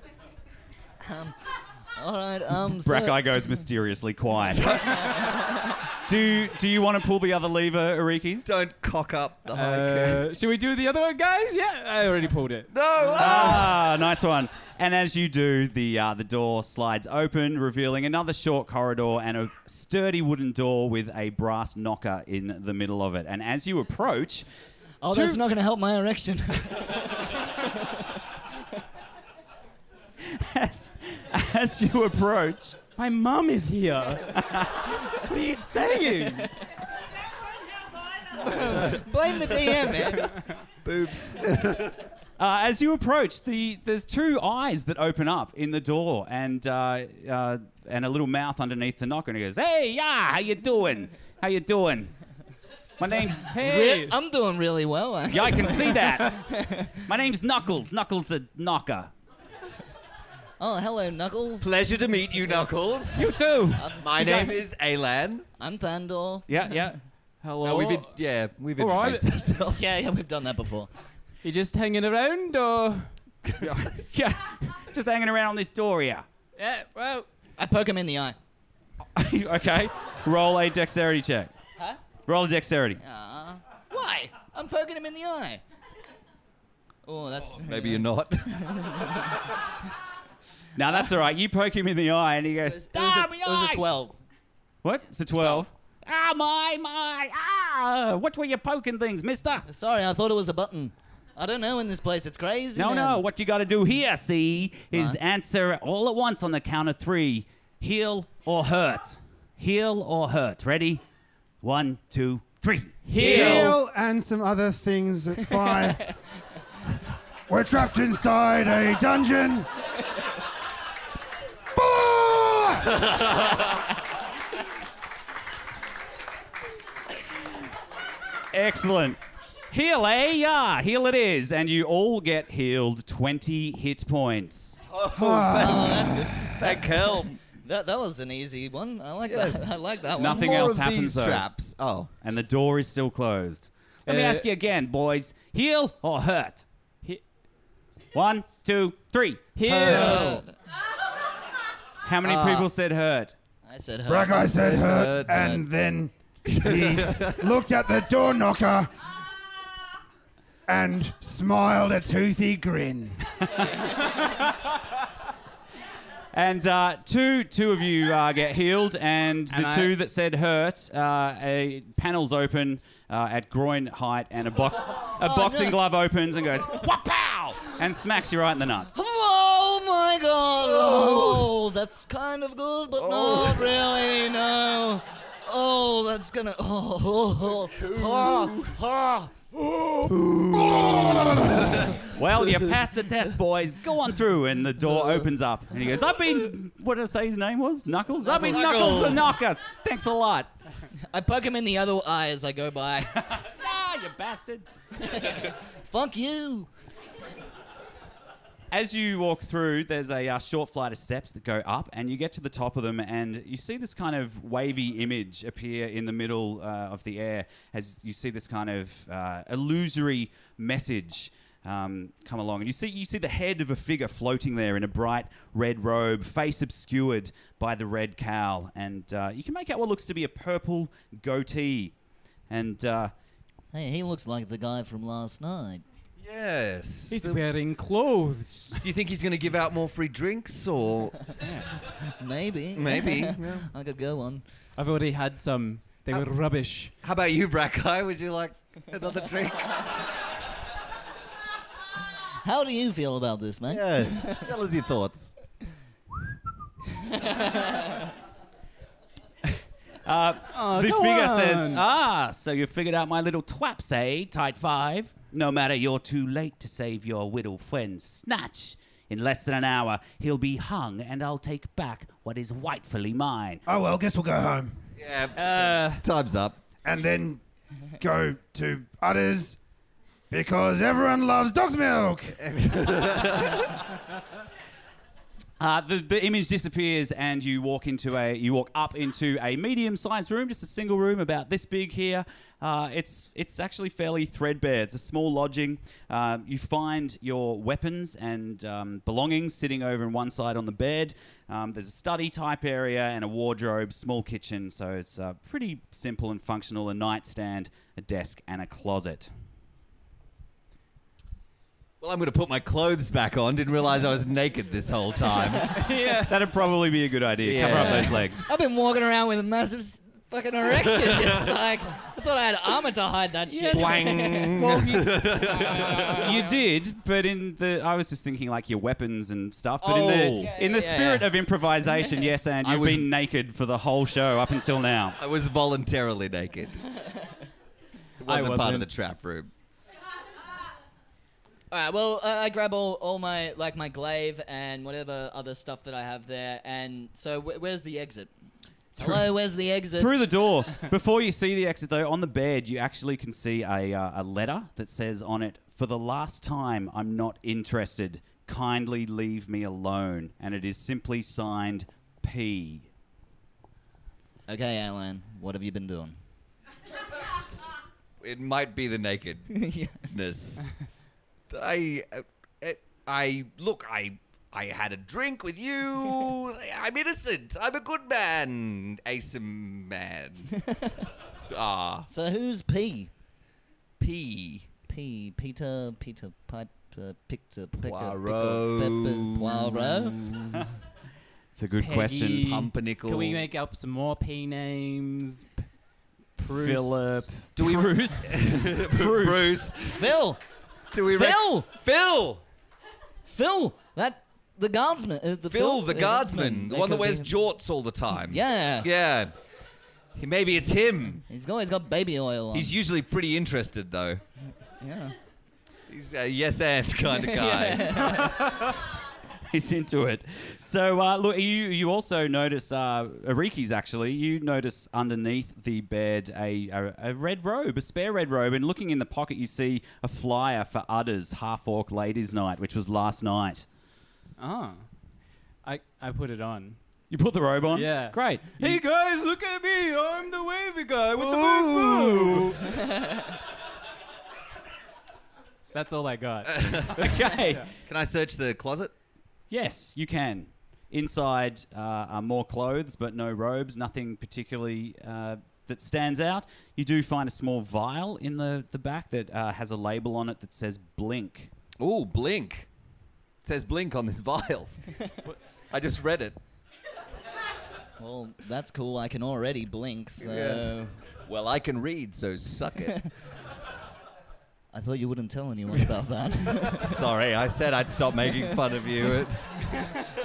Speaker 4: All right. Um. So,
Speaker 5: Brackeye goes mysteriously quiet. do do you want to pull the other lever, Arikis?
Speaker 6: Don't cock up the haiku.
Speaker 1: Uh, should we do the other one, guys? Yeah, I already pulled it.
Speaker 6: no. ah.
Speaker 5: Ah, nice one. And as you do, the uh, the door slides open, revealing another short corridor and a sturdy wooden door with a brass knocker in the middle of it. And as you approach,
Speaker 4: oh, that's not going to help my erection. (laughs)
Speaker 5: as, as you approach,
Speaker 1: My mum is
Speaker 5: (laughs)
Speaker 1: here. what are you saying?
Speaker 4: Blame the DM, man.
Speaker 5: (laughs)
Speaker 6: Boobs.
Speaker 5: Uh, as you approach, the there's two eyes that open up in the door, and uh, uh, and a little mouth underneath the knocker, and he goes, "Hey, yeah, how you doing? How you doing? My name's
Speaker 1: Hey.
Speaker 4: I'm doing really well. Actually.
Speaker 5: yeah, I can see that. My name's Knuckles. Knuckles the knocker.
Speaker 4: Oh, hello, Knuckles.
Speaker 6: (laughs) Pleasure to meet you, Knuckles.
Speaker 5: You too.
Speaker 6: My name is Alan.
Speaker 4: I'm Thandor.
Speaker 5: (laughs) Yeah, yeah.
Speaker 1: Hello.
Speaker 6: Oh, we've in- yeah, we've
Speaker 1: All right.
Speaker 4: (laughs)
Speaker 6: introduced ourselves.
Speaker 4: Yeah, yeah, we've done that before.
Speaker 1: you just hanging around, or?
Speaker 5: yeah. Just hanging around on this door here. (laughs)
Speaker 1: Yeah, well.
Speaker 4: I poke him in the eye.
Speaker 5: okay. Roll a dexterity check.
Speaker 4: Huh?
Speaker 5: Roll a dexterity.
Speaker 4: Uh, why? I'm poking him in the eye. Oh, that's
Speaker 6: Maybe you're not.
Speaker 5: Now that's all right. You poke him in the eye, and he
Speaker 4: It was,
Speaker 5: goes,
Speaker 4: it was
Speaker 5: "Ah,
Speaker 4: a,
Speaker 5: my
Speaker 4: it was a
Speaker 5: eye!"
Speaker 4: twelve.
Speaker 5: What? It's a 12. Ah, my, my, ah! What were you poking things, mister?
Speaker 4: Sorry, I thought it was a button. I don't know in this place. It's crazy.
Speaker 5: No,
Speaker 4: man.
Speaker 5: no, what you gotta do here, see, is
Speaker 4: Right.
Speaker 5: answer all at once on the count of three heal or hurt. Heal or hurt. Ready? One, two, three.
Speaker 1: Heal.
Speaker 2: Heel and some other things at five. We're trapped inside a dungeon. Four!
Speaker 5: Excellent. Heal, eh? Yeah, heal it is. And you all get healed 20 hit points.
Speaker 6: Thank Helm.
Speaker 4: That, that was an easy one. I like
Speaker 6: Yes.
Speaker 4: that. (laughs) I like that one.
Speaker 5: Nothing
Speaker 6: More
Speaker 5: else
Speaker 6: of
Speaker 5: happens,
Speaker 6: these
Speaker 5: though.
Speaker 6: traps. Oh,
Speaker 5: and the door is still closed. Let me
Speaker 6: Uh,
Speaker 5: ask you again, boys. Heal or hurt? He- One, two, three. Heal.
Speaker 6: Hurt.
Speaker 5: How many people said hurt?
Speaker 4: I said her.
Speaker 2: That guy said hurt,
Speaker 6: Hurt,
Speaker 2: and then he looked at the door knocker and smiled a toothy grin.
Speaker 5: And uh, two, two of you uh, get healed, and the
Speaker 1: And I-
Speaker 5: two that said hurt, uh, a panels open uh, at groin height, and a box, a boxing
Speaker 4: no.
Speaker 5: glove opens and goes whapow, and smacks you right in the nuts.
Speaker 4: Oh my god! Oh, that's kind of good, but
Speaker 5: Oh.
Speaker 4: not really. No. Oh, that's gonna. Oh, oh, oh, oh,
Speaker 5: Well, you passed the test, boys. Go on through, and the door opens up, and he goes, "I've been what did I say his name was? Knuckles. I've been Knuckles the Knocker. Thanks a lot.
Speaker 4: I poke him in the other eye as I
Speaker 5: (laughs)
Speaker 4: go by.
Speaker 5: Ah, you bastard."
Speaker 4: Fuck you!
Speaker 5: As you walk through, there's a uh, short flight of steps that go up, and you get to the top of them, and you see this kind of wavy image appear in the middle uh, of the air as you see this kind of uh, illusory message um, come along, and you see you see the head of a figure floating there in a bright red robe, face obscured by the red cowl, and uh, you can make out what looks to be a purple goatee, and. Uh,
Speaker 4: Hey, he looks like the guy from last night.
Speaker 6: yes.
Speaker 1: He's
Speaker 6: Do
Speaker 1: wearing clothes.
Speaker 6: you think he's going to give out more free drinks or
Speaker 4: Maybe.
Speaker 6: maybe? Yeah.
Speaker 4: I could go on.
Speaker 1: I've already had some. They were rubbish.
Speaker 6: How about you, Brackeye? Would you like another drink?
Speaker 4: How do you feel about this, mate?
Speaker 6: Yeah. Tell us your thoughts.
Speaker 5: The
Speaker 1: Oh, go
Speaker 5: figure says,
Speaker 1: on.
Speaker 5: Ah, so you figured out my little twaps, eh? Tight five. No matter, you're too late to save your widow friend Snatch. In less than an hour, he'll be hung, and I'll take back what is rightfully mine.
Speaker 2: Oh well, guess we'll go home
Speaker 6: Yeah. Time's up.
Speaker 2: and then go to others because everyone loves dog's milk.
Speaker 5: Uh, the, the image disappears, and you walk into a you walk up into a medium-sized room, just a single room about this big here. Uh, it's it's actually fairly threadbare. It's a small lodging. Uh, you find your weapons and um, belongings sitting over on one side on the bed. Um, there's a study type area and a wardrobe, small kitchen. So it's uh, pretty simple and functional. A nightstand, a desk, and a closet. (laughs)
Speaker 6: Well, I'm going to put my clothes back on. Didn't realize I was naked this whole time.
Speaker 5: yeah, that'd probably be a good idea. Cover up
Speaker 6: Yeah.
Speaker 5: those legs.
Speaker 4: I've been walking around with a massive s- fucking
Speaker 6: (laughs)
Speaker 4: erection. It's like I thought I had armor to hide that shit.
Speaker 5: Well, you, you did, but in the I was just thinking like your weapons and stuff. But in
Speaker 6: Oh.
Speaker 5: the in the
Speaker 4: Yeah, yeah,
Speaker 5: spirit
Speaker 4: yeah.
Speaker 5: of improvisation,
Speaker 4: (laughs)
Speaker 5: yes, and
Speaker 6: I
Speaker 5: you've
Speaker 6: was-
Speaker 5: been naked for the whole show up until now.
Speaker 6: I was voluntarily naked. It wasn't, part of
Speaker 1: wasn't.
Speaker 6: the trap room.
Speaker 4: All right. Well, uh, I grab all, all my like my glaive and whatever other stuff that I have there. And so, wh- where's the exit? Hello, where's the exit?
Speaker 5: Through the door. Before you see the exit, though, on the bed, you actually can see a, uh, a letter that says on it, For the last time, I'm not interested. Kindly leave me alone. And it is simply signed P.
Speaker 4: Okay, Alan, what have you been
Speaker 6: (laughs)
Speaker 4: doing?
Speaker 6: It might be
Speaker 4: (laughs)
Speaker 6: the nakedness. I, uh, uh, I look. I, I had a drink with you. I'm innocent. I'm a good man. Asim man. Ah,
Speaker 4: So who's P?
Speaker 6: P.
Speaker 4: P. Peter. Peter. Pipe. Uh, Pictor. Picker.
Speaker 6: Poirot.
Speaker 4: Peppers. Poirot.
Speaker 5: It's a good
Speaker 1: Peggy.
Speaker 5: question.
Speaker 6: Pumpernickel.
Speaker 1: Can we make up some more P names? P- Bruce.
Speaker 5: Philip.
Speaker 6: Do we-
Speaker 5: Bruce?
Speaker 6: (laughs) Bruce?
Speaker 4: Phil.
Speaker 6: Do we? rec-
Speaker 4: Phil.
Speaker 6: Phil.
Speaker 4: Phil. That the guardsman. uh, the
Speaker 6: Phil, the guardsman, the
Speaker 4: They
Speaker 6: one that
Speaker 4: could
Speaker 6: wears
Speaker 4: be-
Speaker 6: jorts all the time.
Speaker 4: Yeah.
Speaker 6: Yeah. He- Maybe it's him.
Speaker 4: He's always got baby oil on.
Speaker 6: He's usually pretty interested, though.
Speaker 4: yeah.
Speaker 6: He's a yes and kind of guy.
Speaker 5: (laughs) is into it. So uh, look, you you also notice uh, Ariki's actually. You notice underneath the bed a, a a red robe, a spare red robe, and looking in the pocket, you see a flyer for Udder's Half Orc Ladies Night, which was last night.
Speaker 1: Ah. I, I put it on.
Speaker 5: You put the robe on?
Speaker 1: Yeah.
Speaker 5: Great.
Speaker 1: Hey
Speaker 5: You-
Speaker 1: guys, look at me! I'm the wavy guy with the big boobs. (laughs) That's all I
Speaker 5: (laughs)
Speaker 1: got. (laughs)
Speaker 5: okay.
Speaker 6: Can I search the closet?
Speaker 5: Yes, you can. Inside uh, are more clothes, but no robes, nothing particularly uh, that stands out. You do find a small vial in the, the back that uh, has a label on it that says blink.
Speaker 6: Ooh, blink. It says blink on this (laughs) vial. I just read it.
Speaker 4: Well, that's cool. I can already blink, so.
Speaker 6: Well, I can read, so suck it.
Speaker 4: I thought you wouldn't tell anyone about that. (laughs)
Speaker 6: (laughs) Sorry, I said I'd stop making fun of you. (laughs)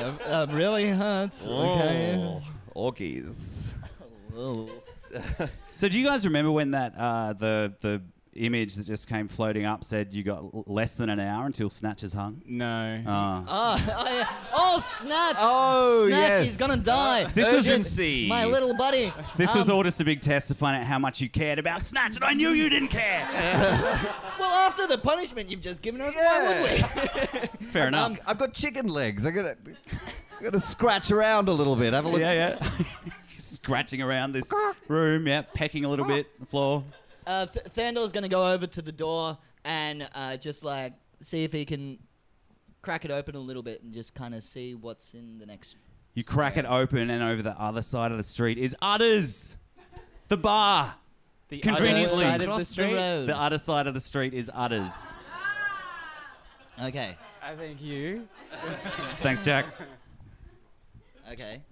Speaker 6: It
Speaker 4: um, um, really hurts. Okay.
Speaker 6: Oh, Orgies.
Speaker 4: Oh.
Speaker 5: So, do you guys remember when that uh, the the image that just came floating up said you got l- less than an hour until Snatch is hung?
Speaker 1: No.
Speaker 5: Uh,
Speaker 4: Ah, oh, yeah. oh, Snatch!
Speaker 6: Oh,
Speaker 4: Snatch,
Speaker 6: yes.
Speaker 4: he's gonna die.
Speaker 5: This was-
Speaker 6: Urgency.
Speaker 4: My little buddy.
Speaker 5: this was
Speaker 4: Um,
Speaker 5: all just a big test to find out how much you cared about Snatch, and I knew you didn't care.
Speaker 4: Well, after the punishment you've just given us, why would we?
Speaker 5: Fair
Speaker 4: Um,
Speaker 5: enough.
Speaker 6: I've got chicken legs. I gotta, gotta scratch around a little bit. Have a look.
Speaker 5: yeah, (laughs) yeah. Just scratching around this room, yeah, pecking a little bit, the floor.
Speaker 4: Uh, Th- Thandor's gonna go over to the door and uh, just like see if he can crack it open a little bit and just kind of see what's in the next.
Speaker 5: You crack it open, and over the other side of the street is Udders, the bar.
Speaker 1: The other
Speaker 5: Conveniently.
Speaker 1: side of the
Speaker 4: Across the
Speaker 1: street.
Speaker 4: road.
Speaker 5: The other side of the street is Udders.
Speaker 4: Okay,
Speaker 1: I think you.
Speaker 5: Thanks, Jack.
Speaker 4: okay,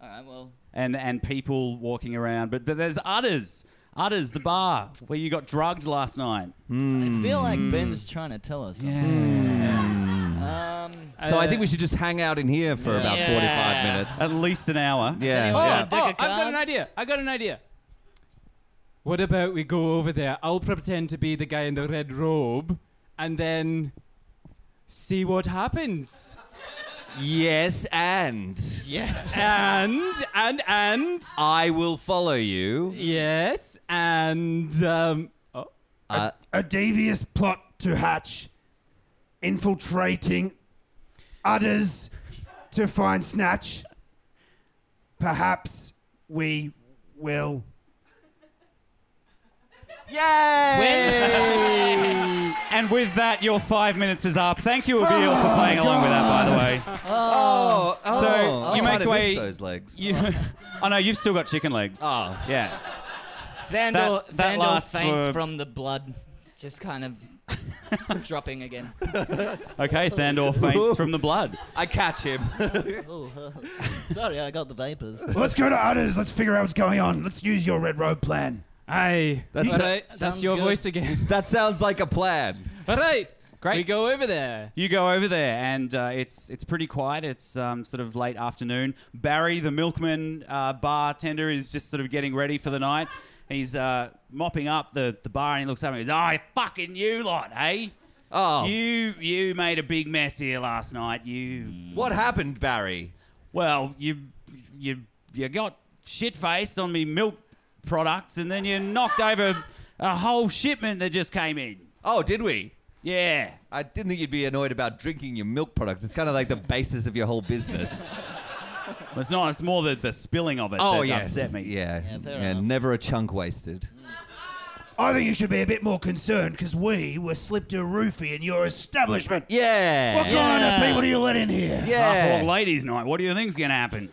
Speaker 4: all right. Well,
Speaker 5: And and people walking around, but th- there's Udders, Udders, the bar where you got drugged last night.
Speaker 4: I feel like Ben's trying to tell us. Something. Um,
Speaker 6: So I think we should just hang out in here for about
Speaker 4: Yeah.
Speaker 6: 45 minutes.
Speaker 5: At least an hour.
Speaker 6: yeah.
Speaker 4: anyone-
Speaker 6: yeah.
Speaker 4: Yeah.
Speaker 1: oh,
Speaker 4: Deck
Speaker 1: I've
Speaker 4: of
Speaker 1: got an
Speaker 4: cards.
Speaker 1: idea. I got an idea. What about we go over there? I'll pretend to be the guy in the red robe, and then see what happens.
Speaker 6: Yes, and
Speaker 4: (laughs) yes.
Speaker 1: And and and
Speaker 6: I will follow you.
Speaker 1: yes and um. Oh,
Speaker 6: Uh,
Speaker 2: A devious plot to hatch, infiltrating others to find Snatch. Perhaps we will.
Speaker 6: (laughs)
Speaker 5: And with that, your five minutes is up. Thank you, Abil, for playing along with that, by the way.
Speaker 6: oh, oh,
Speaker 5: So
Speaker 6: I
Speaker 5: you
Speaker 6: might
Speaker 5: make
Speaker 6: have
Speaker 5: way.
Speaker 6: missed those legs.
Speaker 5: You, (laughs) oh no, you've still got chicken legs.
Speaker 6: Oh.
Speaker 5: Yeah.
Speaker 4: Thandor,
Speaker 5: That- that
Speaker 4: Thandor
Speaker 5: lasts
Speaker 4: faints
Speaker 5: for-
Speaker 4: from the blood, just kind
Speaker 5: (laughs)
Speaker 4: of dropping again.
Speaker 5: Okay, Thandor faints from the blood.
Speaker 6: I catch him. (laughs)
Speaker 4: Oh, (laughs) sorry, I got
Speaker 5: (laughs)
Speaker 4: the vapors.
Speaker 2: Let's go to others. Let's figure out what's going on. Let's use your red robe plan.
Speaker 1: aye.
Speaker 6: That's-
Speaker 1: all right. That's
Speaker 4: sounds
Speaker 1: your
Speaker 4: good.
Speaker 1: voice (laughs) again.
Speaker 6: that sounds like a plan.
Speaker 1: all right.
Speaker 5: Great.
Speaker 1: We go over there.
Speaker 5: You go over there, and uh, it's it's pretty quiet. It's um, sort of late afternoon. Barry, the milkman uh, bartender, is just sort of getting ready for the night. He's uh, mopping up the, the bar, and he looks up and he goes, "I fucking you lot, hey?
Speaker 6: Oh,
Speaker 5: You you made a big mess here last night. You
Speaker 6: what happened, Barry?
Speaker 5: well, you you you got shit faced on me milk products, and then you knocked over a whole shipment that just came in.
Speaker 6: Oh, did we?
Speaker 5: Yeah."
Speaker 6: I didn't think you'd be annoyed about drinking your milk products. It's kind of like the basis of your whole business.
Speaker 5: Well, It's not. It's more the, the spilling of it
Speaker 6: oh,
Speaker 5: that
Speaker 6: yes.
Speaker 5: upset me.
Speaker 6: Yeah.
Speaker 4: Yeah, fair
Speaker 6: yeah
Speaker 4: enough.
Speaker 6: never a chunk wasted.
Speaker 2: I think you should be a bit more concerned because we were slipped a roofie in your establishment.
Speaker 6: Yeah.
Speaker 2: What kind of people do you let in here?
Speaker 5: Half
Speaker 6: Yeah.
Speaker 5: ladies' night. What do you think's gonna happen?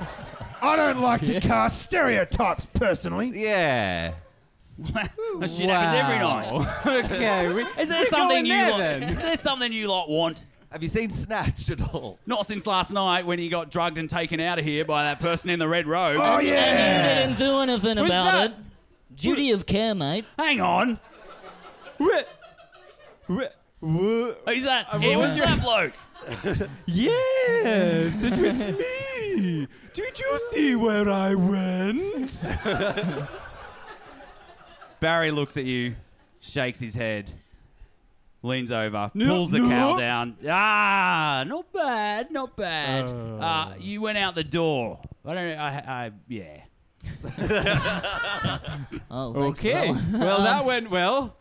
Speaker 5: (laughs)
Speaker 2: I don't like to cast stereotypes personally.
Speaker 6: Yeah.
Speaker 5: that shit
Speaker 1: (laughs)
Speaker 5: happens every night.
Speaker 1: Okay. We, we
Speaker 5: Is there
Speaker 1: go in
Speaker 5: something you
Speaker 1: there (laughs)
Speaker 5: lot,
Speaker 1: then.
Speaker 5: Is there something you lot want?
Speaker 6: Have you seen Snatch at all?
Speaker 5: Not since last night when he got drugged and taken out of here by that person in the
Speaker 1: (laughs)
Speaker 5: red robe.
Speaker 2: Oh
Speaker 4: You
Speaker 2: yeah.
Speaker 4: didn't do anything
Speaker 5: Who's
Speaker 4: about
Speaker 5: that?
Speaker 4: it. Duty of care, mate.
Speaker 5: Hang on.
Speaker 1: Wh- wh- wh-
Speaker 5: Who's that?
Speaker 1: Uh,
Speaker 5: It
Speaker 1: what
Speaker 5: was
Speaker 1: was
Speaker 5: that bloke.
Speaker 1: (laughs) Yes, it was me. Did you see where I went?
Speaker 5: (laughs) Barry looks at you, shakes his head, leans over,
Speaker 1: No,
Speaker 5: pulls the
Speaker 1: no.
Speaker 5: cow down. Ah, not bad, not bad.
Speaker 1: Oh.
Speaker 5: Uh, you went out the door. I don't. I. I yeah.
Speaker 4: Oh, thanks for that
Speaker 1: Okay.
Speaker 4: one.
Speaker 1: Well, that Um, went well.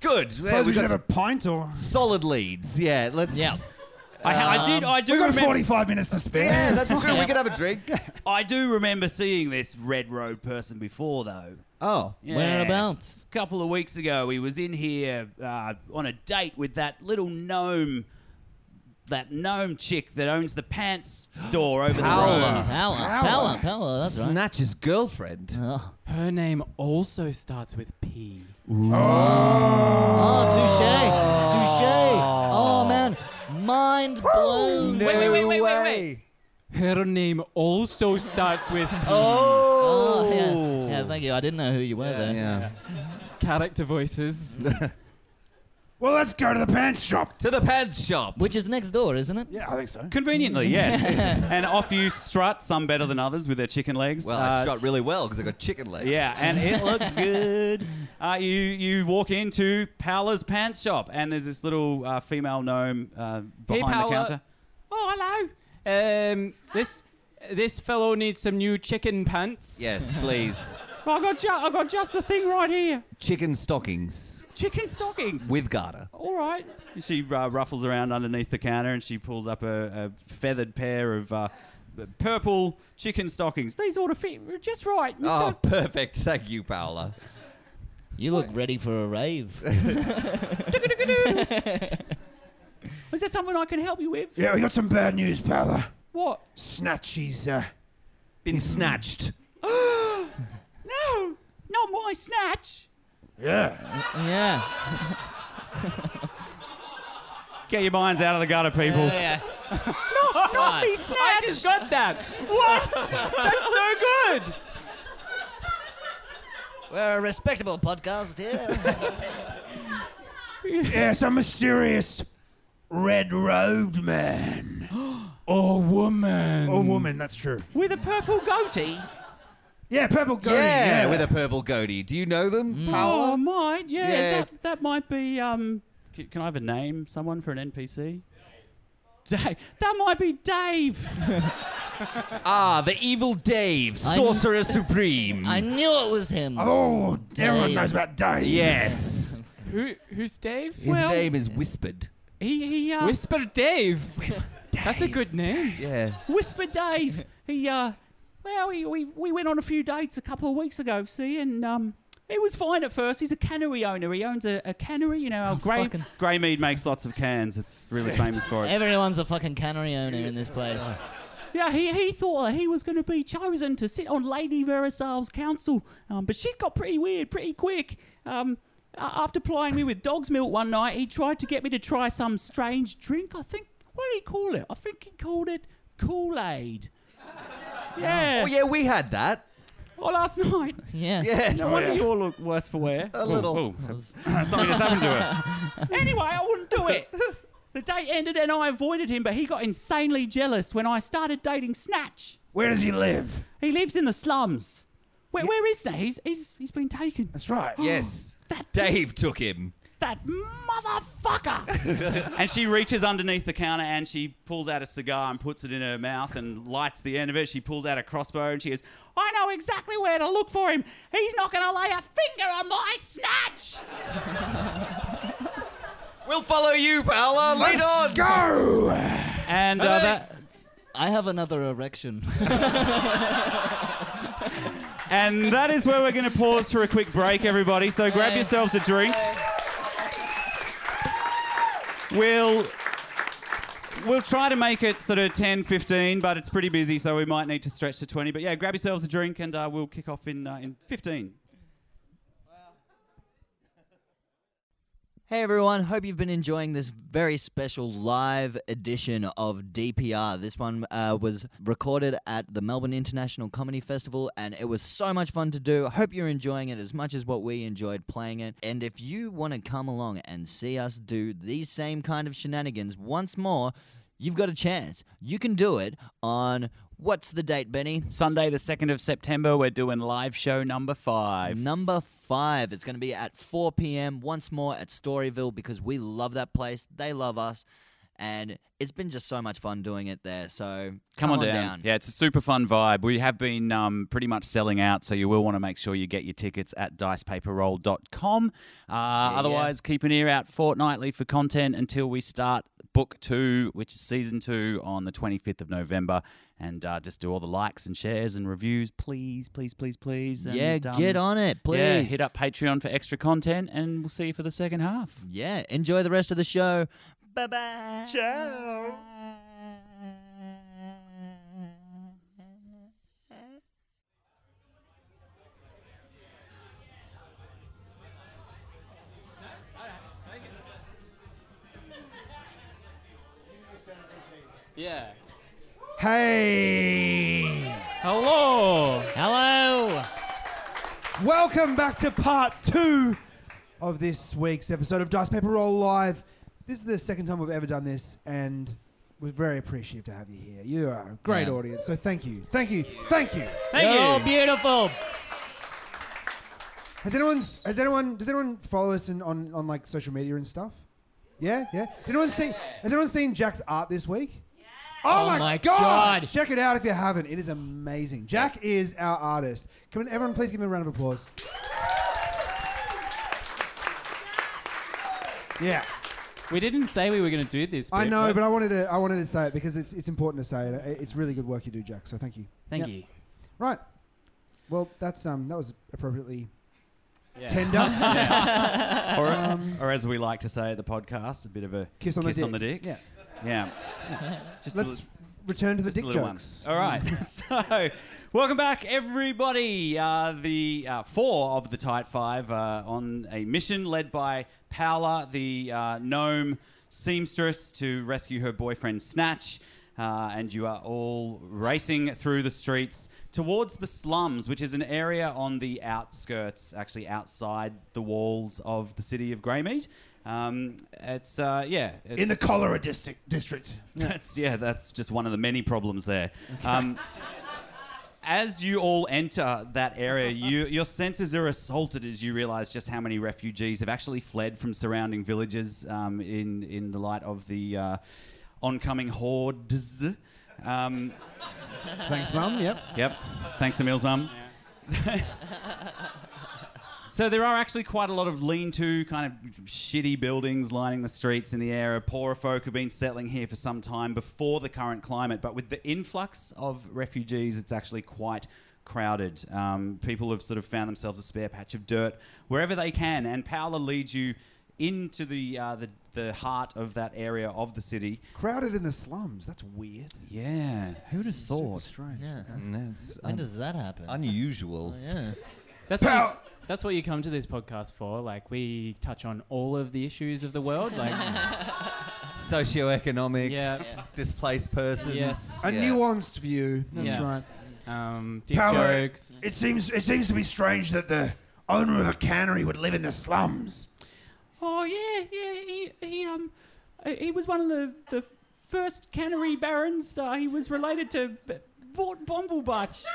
Speaker 6: Good. Yeah,
Speaker 2: Suppose we
Speaker 6: we've
Speaker 2: should
Speaker 6: got
Speaker 2: have a pint or.
Speaker 6: solid leads. Yeah, let's.
Speaker 4: Yeah.
Speaker 5: I,
Speaker 1: Um,
Speaker 5: ha- I did. I do
Speaker 2: We've got
Speaker 5: remember.
Speaker 2: 45 minutes to spare.
Speaker 6: Yeah, that's true. We can have a drink.
Speaker 5: I do remember seeing this red robe person before, though.
Speaker 6: Oh.
Speaker 5: (laughs) Yeah.
Speaker 4: Whereabouts?
Speaker 5: A couple of weeks ago, he was in here uh, on a date with that little gnome, that gnome chick that owns the (gasps) pants store over the road.
Speaker 6: Paola.
Speaker 4: Power, power,
Speaker 2: Power.
Speaker 4: power. That's right.
Speaker 6: Snatch his girlfriend.
Speaker 4: Oh,
Speaker 1: Her name also starts with P.
Speaker 4: oh touche, touche. Oh man, mind
Speaker 5: Oh.
Speaker 4: blown.
Speaker 6: No
Speaker 5: wait, wait, wait, wait,
Speaker 6: way.
Speaker 5: wait.
Speaker 1: Her name also starts with P.
Speaker 6: Oh.
Speaker 4: Oh yeah, yeah. Thank you. I didn't know who you were there.
Speaker 6: Yeah.
Speaker 1: Character voices.
Speaker 2: Well, let's go to the pants shop.
Speaker 6: To the pants shop.
Speaker 4: Which is next door, isn't it?
Speaker 2: Yeah, I think so.
Speaker 5: Conveniently, (laughs) yes. and off you strut, some better than others, with their chicken legs.
Speaker 6: Well,
Speaker 5: Uh,
Speaker 6: I shot really well because I got chicken legs.
Speaker 5: Yeah, and it looks good. Uh, you you walk into Paola's pants shop, and there's this little uh, female gnome uh,
Speaker 1: Hey,
Speaker 5: behind the
Speaker 1: Paola.
Speaker 5: counter.
Speaker 1: Oh, hello. Um, this this fellow needs some new chicken pants.
Speaker 6: Yes, please.
Speaker 5: I got ju- I got just the thing right here.
Speaker 6: Chicken stockings
Speaker 5: Chicken stockings.
Speaker 6: with garter.
Speaker 5: All right. She uh, ruffles around underneath the counter, and she pulls up a, a feathered pair of. Uh, Purple chicken stockings. These ought to fit just right. Mister.
Speaker 6: Oh, perfect. Thank you, Paola.
Speaker 4: You look ready for a rave.
Speaker 5: Is there something I can help you with?
Speaker 2: Yeah, we got some bad news, Paola.
Speaker 5: What?
Speaker 2: Snatchy's, uh,
Speaker 6: Been snatched.
Speaker 5: (gasps) No, not my snatch.
Speaker 2: yeah.
Speaker 4: yeah.
Speaker 5: Get your minds out of the gutter, people.
Speaker 4: yeah.
Speaker 5: Oh. Not me snatch. Ah, I just got that. What? (laughs) That's so good.
Speaker 4: We're a respectable podcast here.
Speaker 2: Yeah, some mysterious red-robed man.
Speaker 1: Oh, woman.
Speaker 2: Or woman, that's true.
Speaker 5: With a purple goatee.
Speaker 2: Yeah, purple
Speaker 7: Oh,
Speaker 2: goatee.
Speaker 6: yeah,
Speaker 2: Yeah,
Speaker 6: with a purple goatee. Do you know them,
Speaker 5: Oh,
Speaker 6: Paola?
Speaker 5: might. Yeah,
Speaker 6: Yeah.
Speaker 5: That, that might be. Um, c- can I have a name? Someone for an NPC? Dave. That might be Dave.
Speaker 6: Ah, the evil Dave,
Speaker 4: I-
Speaker 6: sorcerer supreme.
Speaker 4: I knew it was him.
Speaker 2: Oh, everyone
Speaker 4: Dave.
Speaker 2: knows about Dave.
Speaker 6: yes.
Speaker 1: Who who's Dave?
Speaker 6: His name is Whispered.
Speaker 5: He he. Uh,
Speaker 1: Whisper Dave. (laughs) That's a good name.
Speaker 6: Yeah.
Speaker 1: (laughs)
Speaker 5: Whisper Dave. He uh. Well, he, we we went on a few dates a couple of weeks ago. See, and um. It was fine at first. He's a cannery owner. He owns a, a cannery. You know,
Speaker 1: Oh,
Speaker 5: our Grey,
Speaker 4: fucking-
Speaker 5: Greymead makes lots of cans. It's really famous for it.
Speaker 4: Everyone's a fucking cannery owner in this place.
Speaker 5: Yeah, he, he thought that he was going to be chosen to sit on Lady Verisal's council, um, but shit got pretty weird pretty quick. Um, a- after plying me with dog's milk one night, he tried to get me to try some strange drink. I think, what did he call it? I think he called it Kool (laughs) Aid. Yeah.
Speaker 6: Oh, yeah, we had that.
Speaker 5: Well, last night.
Speaker 4: Yeah.
Speaker 6: Yes.
Speaker 5: No wonder you all look worse for wear.
Speaker 6: A little.
Speaker 5: (laughs) Something just happened to her. (laughs) anyway, I wouldn't do (laughs) it. The date ended and I avoided him, but he got insanely jealous when I started dating Snatch.
Speaker 2: Where does he live?
Speaker 5: He lives in the slums. Where, where is that? He's, he's, he's been taken.
Speaker 2: That's right.
Speaker 6: Yes.
Speaker 5: That
Speaker 6: Dave took him.
Speaker 5: That motherfucker. and she reaches underneath the counter and she pulls out a cigar and puts it in her mouth and (laughs) lights the end of it. She pulls out a crossbow and she goes, I know exactly where to look for him. He's not going to lay a finger on my snatch.
Speaker 6: We'll follow you, Paola. Lead on.
Speaker 2: Go!
Speaker 5: And uh, that,
Speaker 4: I have another erection.
Speaker 5: and that is where we're going to pause for a quick break, everybody. So grab
Speaker 4: Hey.
Speaker 5: yourselves a drink. We'll we'll try to make it sort of 10, 15, but it's pretty busy, so we might need to stretch to 20. But yeah, grab yourselves a drink, and uh, we'll kick off in uh, in 15.
Speaker 4: Hey everyone, hope you've been enjoying this very special live edition of DPR. This one uh, was recorded at the Melbourne International Comedy Festival and it was so much fun to do. Hope you're enjoying it as much as what we enjoyed playing it. And if you want to come along and see us do these same kind of shenanigans once more, you've got a chance. You can do it on what's the date, Benny?
Speaker 5: Sunday, the 2nd of September, we're doing live show number five.
Speaker 4: Number five. It's going to be at 4 p.m. once more at Storyville because we love that place. They love us. And it's been just so much fun doing it there. So come,
Speaker 5: Come, on, down. Yeah, it's a super fun vibe. We have been um, pretty much selling out, so you will want to make sure you get your tickets at dicepaperroll.com. Uh, otherwise, keep an ear out fortnightly for content until we start Book 2, which is season 2, on the 25th of November. And uh, just do all the likes and shares and reviews, please, please, please, please. And,
Speaker 4: yeah,
Speaker 5: um,
Speaker 4: get on it, please.
Speaker 5: Yeah, hit up Patreon for extra content, and we'll see you for the second half.
Speaker 4: Yeah, enjoy the rest of the show. Bye bye.
Speaker 1: Yeah.
Speaker 2: Hey!
Speaker 1: Hello.
Speaker 4: Hello.
Speaker 2: Welcome back to part two of this week's episode of Dice Paper Roll Live. This is the second time we've ever done this, and we're very appreciative to have you here. You are a great
Speaker 4: Yeah.
Speaker 2: audience, so thank you, thank you, thank you.
Speaker 1: Thank
Speaker 4: You're
Speaker 1: you.
Speaker 4: all beautiful.
Speaker 2: Has anyone's has anyone does anyone follow us in, on on like social media and stuff? Yeah, yeah. Did anyone see? Has anyone seen Jack's art this week? Oh,
Speaker 4: Oh
Speaker 2: my,
Speaker 4: my
Speaker 2: god.
Speaker 4: God.
Speaker 2: Check it out if you haven't. It is amazing. Jack is our artist. Can we- everyone please give him a round of applause? Yeah,
Speaker 1: We didn't say we were going to do this.
Speaker 2: I know, but I wanted to I wanted to say it because it's it's important to say it. It- It's really good work you do, Jack. So thank you.
Speaker 1: Thank
Speaker 2: Yeah.
Speaker 1: you.
Speaker 2: Right. Well, that's um that was appropriately
Speaker 1: Yeah.
Speaker 2: tender.
Speaker 5: or, or as we like to say at the podcast, a bit of a
Speaker 2: Kiss on the dick.
Speaker 5: dick.
Speaker 2: Yeah.
Speaker 5: Yeah. Just a
Speaker 2: Let's
Speaker 5: little-
Speaker 2: return to the
Speaker 5: just a
Speaker 2: dick
Speaker 5: little
Speaker 2: jokes.
Speaker 5: One. All right. (laughs) so, welcome back, everybody. Uh, the uh, four of the Tight Five uh, on a mission led by Paola, the uh, gnome seamstress, to rescue her boyfriend Snatch. Uh, and you are all racing through the streets towards the slums, which is an area on the outskirts, actually outside the walls of the city of Greymead. Um, it's uh, yeah,
Speaker 2: (laughs)
Speaker 5: it's,
Speaker 2: in the cholera district. district.
Speaker 5: that's yeah. That's just one of the many problems there. Um, (laughs) as you all enter that area, you, your senses are assaulted as you realize just how many refugees have actually fled from surrounding villages um, in in the light of the uh, oncoming hordes. Um,
Speaker 2: (laughs) Thanks, Mum. Yep.
Speaker 5: Yep. Thanks to Mills, Mum. so there are actually quite a lot of lean-to kind of shitty buildings lining the streets in the area. Poorer folk have been settling here for some time before the current climate, but with the influx of refugees, it's actually quite crowded. Um, people have sort of found themselves a spare patch of dirt wherever they can, and Paola leads you into the uh, the, the heart of that area of the city.
Speaker 2: Crowded in the slums. That's weird.
Speaker 5: Yeah, who'd have thought?
Speaker 2: Strange.
Speaker 4: Yeah.
Speaker 6: That's
Speaker 4: When does that happen?
Speaker 6: unusual.
Speaker 4: Oh, yeah.
Speaker 1: That's what,
Speaker 2: Pow.
Speaker 1: you, that's what you come to this podcast for. Like, we touch on all of the issues of the world. Like,
Speaker 6: Socioeconomic,
Speaker 1: yeah.
Speaker 6: displaced persons.
Speaker 1: Yes.
Speaker 2: A
Speaker 6: Yeah.
Speaker 2: nuanced view. That's
Speaker 1: Yeah.
Speaker 2: right.
Speaker 1: Um, dick
Speaker 7: Power.
Speaker 1: jokes.
Speaker 7: uh, It seems it seems to be strange that the owner of a cannery would live in the slums.
Speaker 1: Oh yeah, yeah. He he um, uh, he was one of the the first cannery barons. Uh, he was related to B- Bort Bumblebutt.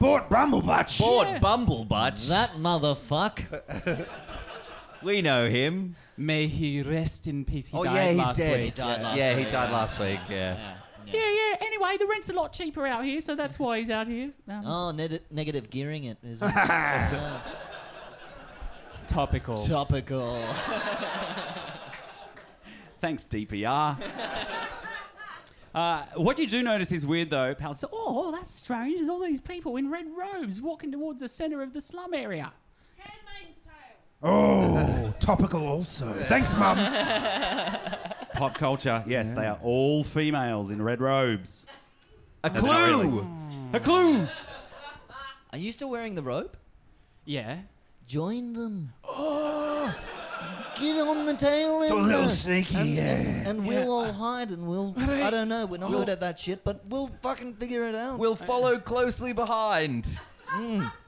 Speaker 7: Bought Brumblebutch.
Speaker 6: Bored
Speaker 1: Yeah.
Speaker 6: Bumblebutt.
Speaker 4: That motherfucker.
Speaker 6: we know him.
Speaker 1: May he rest in peace. He
Speaker 6: Oh,
Speaker 1: died
Speaker 6: yeah, he's
Speaker 1: last
Speaker 6: dead.
Speaker 1: week.
Speaker 4: He died last
Speaker 6: yeah, he
Speaker 4: week,
Speaker 6: died
Speaker 4: yeah.
Speaker 6: last week. Yeah.
Speaker 1: Yeah, yeah. Anyway, the rent's a lot cheaper out here, so that's why he's out here. Um,
Speaker 4: Oh, neg- negative gearing it is
Speaker 1: Topical.
Speaker 4: topical.
Speaker 5: Thanks, DPR. Uh, what you do notice is weird though, Pal. So,
Speaker 1: oh, that's strange. There's all these people in red robes walking towards the centre of the slum area.
Speaker 8: Handmaid's Tale.
Speaker 7: Oh, topical also. Thanks, Mum.
Speaker 5: pop culture. Yes, they are all females in red robes.
Speaker 6: A
Speaker 5: No, not
Speaker 6: clue.
Speaker 5: really. A clue.
Speaker 4: Are you still wearing the rope?
Speaker 1: Yeah.
Speaker 4: Join them. Get on the tail end.
Speaker 7: A little
Speaker 4: uh,
Speaker 7: sneaky,
Speaker 4: And,
Speaker 7: yeah.
Speaker 4: and we'll all hide and we'll. I don't know, we're not good at that shit, but we'll fucking figure it out.
Speaker 6: We'll follow closely behind.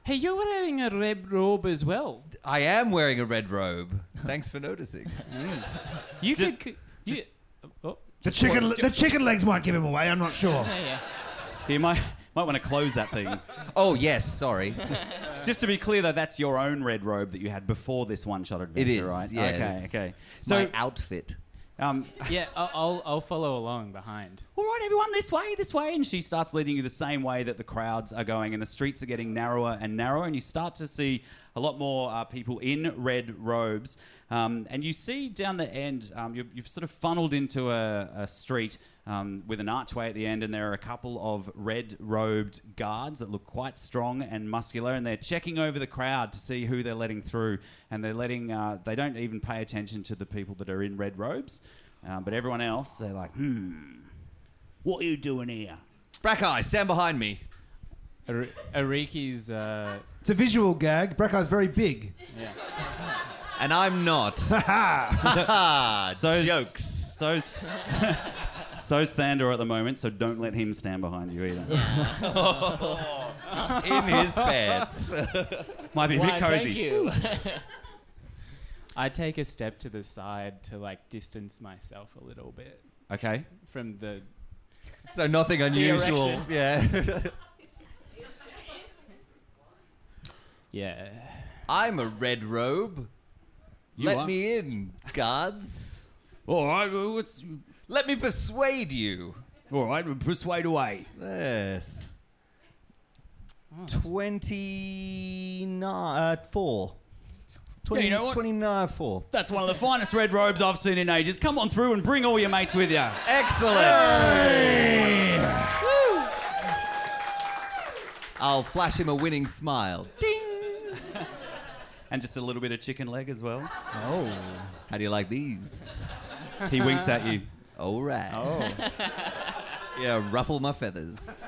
Speaker 1: Hey, you're wearing a red robe as well.
Speaker 6: I am wearing a red robe. Thanks for noticing.
Speaker 1: You could. c- you- oh.
Speaker 7: The chicken the chicken legs might give him away. I'm not sure.
Speaker 5: You might might want to close that thing.
Speaker 6: Oh yes, sorry.
Speaker 5: Just to be clear though, that's your own red robe that you had before this one-shot adventure,
Speaker 6: is,
Speaker 5: right?
Speaker 6: yeah,
Speaker 5: okay.
Speaker 6: that's-
Speaker 5: Okay.
Speaker 6: It's
Speaker 5: So,
Speaker 6: my outfit.
Speaker 5: um,
Speaker 1: Yeah, I'll, I'll, I'll follow along behind.
Speaker 5: all right, everyone, this way, this way. And she starts leading you the same way that the crowds are going, and the streets are getting narrower and narrower. And you start to see a lot more uh, people in red robes. Um, and you see down the end, um, you're, you're sort of funneled into a, a street um, with an archway at the end, and there are a couple of red robed guards that look quite strong and muscular, and they're checking over the crowd to see who they're letting through. And they're letting, uh, they don't even pay attention to the people that are in red robes, um, but everyone else, they're like, hmm, what are you doing here?
Speaker 6: Brackeye, stand behind me.
Speaker 9: Ar- Ariki's uh,
Speaker 2: It's a visual gag. Brackeye's very big.
Speaker 6: And I'm (laughs) not. (laughs)
Speaker 5: so jokes. So (laughs) so Thander at the moment, so don't let him stand behind you either.
Speaker 6: in his pants.
Speaker 5: (laughs) Might be a
Speaker 9: Why,
Speaker 5: bit cozy.
Speaker 9: Thank you. (laughs) I take a step to the side to like distance myself a little bit
Speaker 5: Okay.
Speaker 9: from the.
Speaker 6: so nothing unusual.
Speaker 9: erection.
Speaker 6: Yeah.
Speaker 9: Yeah.
Speaker 6: I'm a red robe. Let
Speaker 9: are.
Speaker 6: me in, guards.
Speaker 5: All right. well, What's
Speaker 6: Let me persuade you.
Speaker 5: all right? well, Persuade away.
Speaker 6: Yes.
Speaker 5: Oh,
Speaker 6: Twenty nine uh, four.
Speaker 5: Yeah, you know what?
Speaker 6: 29 four.
Speaker 5: That's one of the finest red robes I've seen in ages. Come on through and bring all your mates with you.
Speaker 6: Excellent. I'll flash him a winning smile.
Speaker 5: And just a little bit of chicken leg as well.
Speaker 6: How do you like these?
Speaker 5: He winks at you.
Speaker 6: All right.
Speaker 5: Oh.
Speaker 6: (laughs) Yeah, ruffle my feathers.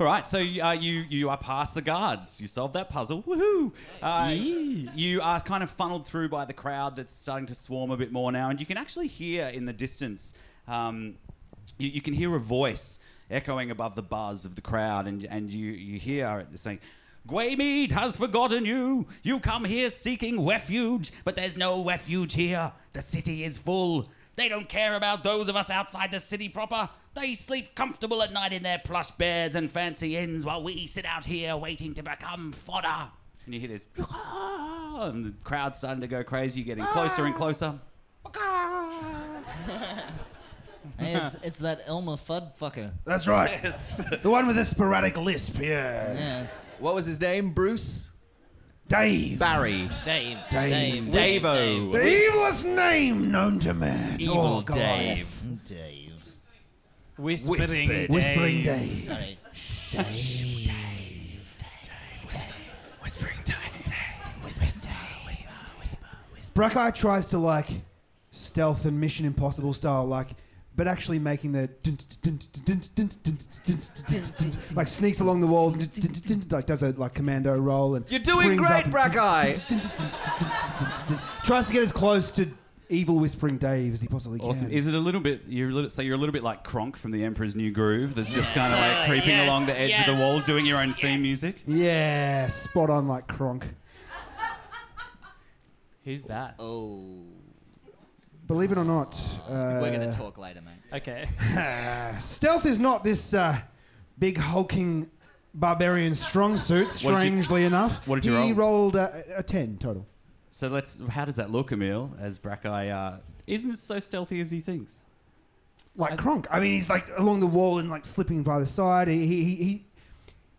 Speaker 5: All right, so uh, you you are past the guards. You solved that puzzle. Woohoo! Uh, you are kind of funneled through by the crowd that's starting to swarm a bit more now, and you can actually hear in the distance. Um, you, you can hear a voice echoing above the buzz of the crowd, and and you you hear it saying. Gwaymead has forgotten you. You come here seeking refuge, but there's no refuge here. The city is full. They don't care about those of us outside the city proper. They sleep comfortable at night in their plush beds and fancy inns while we sit out here waiting to become fodder. And you hear this. And the crowd's starting to go crazy, You're getting closer and closer.
Speaker 4: Hey, it's, it's that Elmer Fudd fucker.
Speaker 7: That's right. The one with the sporadic lisp, yeah.
Speaker 4: Yeah,
Speaker 6: What was his name? Bruce?
Speaker 7: Dave.
Speaker 6: Barry.
Speaker 4: Dave.
Speaker 7: Dave.
Speaker 4: Dave.
Speaker 6: Davo.
Speaker 7: the evilest name known to man.
Speaker 6: Evil
Speaker 7: oh, God.
Speaker 6: Dave.
Speaker 4: Dave. Dave.
Speaker 9: Whispering.
Speaker 6: Whispered.
Speaker 7: Whispering Dave.
Speaker 4: Sorry.
Speaker 2: Brackeye tries to like stealth and Mission Impossible style, like, but actually making the like sneaks along the walls, like does a like commando roll and
Speaker 6: You're
Speaker 2: springs
Speaker 6: doing
Speaker 2: up
Speaker 6: great,
Speaker 2: and-
Speaker 6: Brackeye.
Speaker 2: Tries to get as close to evil Whispering Dave as he possibly can.
Speaker 5: Awesome. Is it a little bit? You're a little, so you're a little bit like Kronk from The Emperor's New Groove. That's just kind of like creeping
Speaker 9: yes,
Speaker 5: along the edge of
Speaker 9: yes.
Speaker 5: the wall, doing your own theme music.
Speaker 2: yeah, spot on like Kronk.
Speaker 9: Who's that?
Speaker 4: Oh.
Speaker 2: Believe it or not, uh,
Speaker 4: We're going to talk later, mate.
Speaker 9: Okay.
Speaker 2: Stealth is not this uh, big hulking barbarian strong suit.
Speaker 5: What did you-
Speaker 2: Strangely enough,
Speaker 5: what did you
Speaker 2: he
Speaker 5: roll?
Speaker 2: rolled uh, a, a ten total.
Speaker 5: So let's. How does that look, Emil? As Brackeye uh, isn't so stealthy as he thinks.
Speaker 2: Like Kronk. I mean, he's like along the wall and like slipping by the side. He he he. he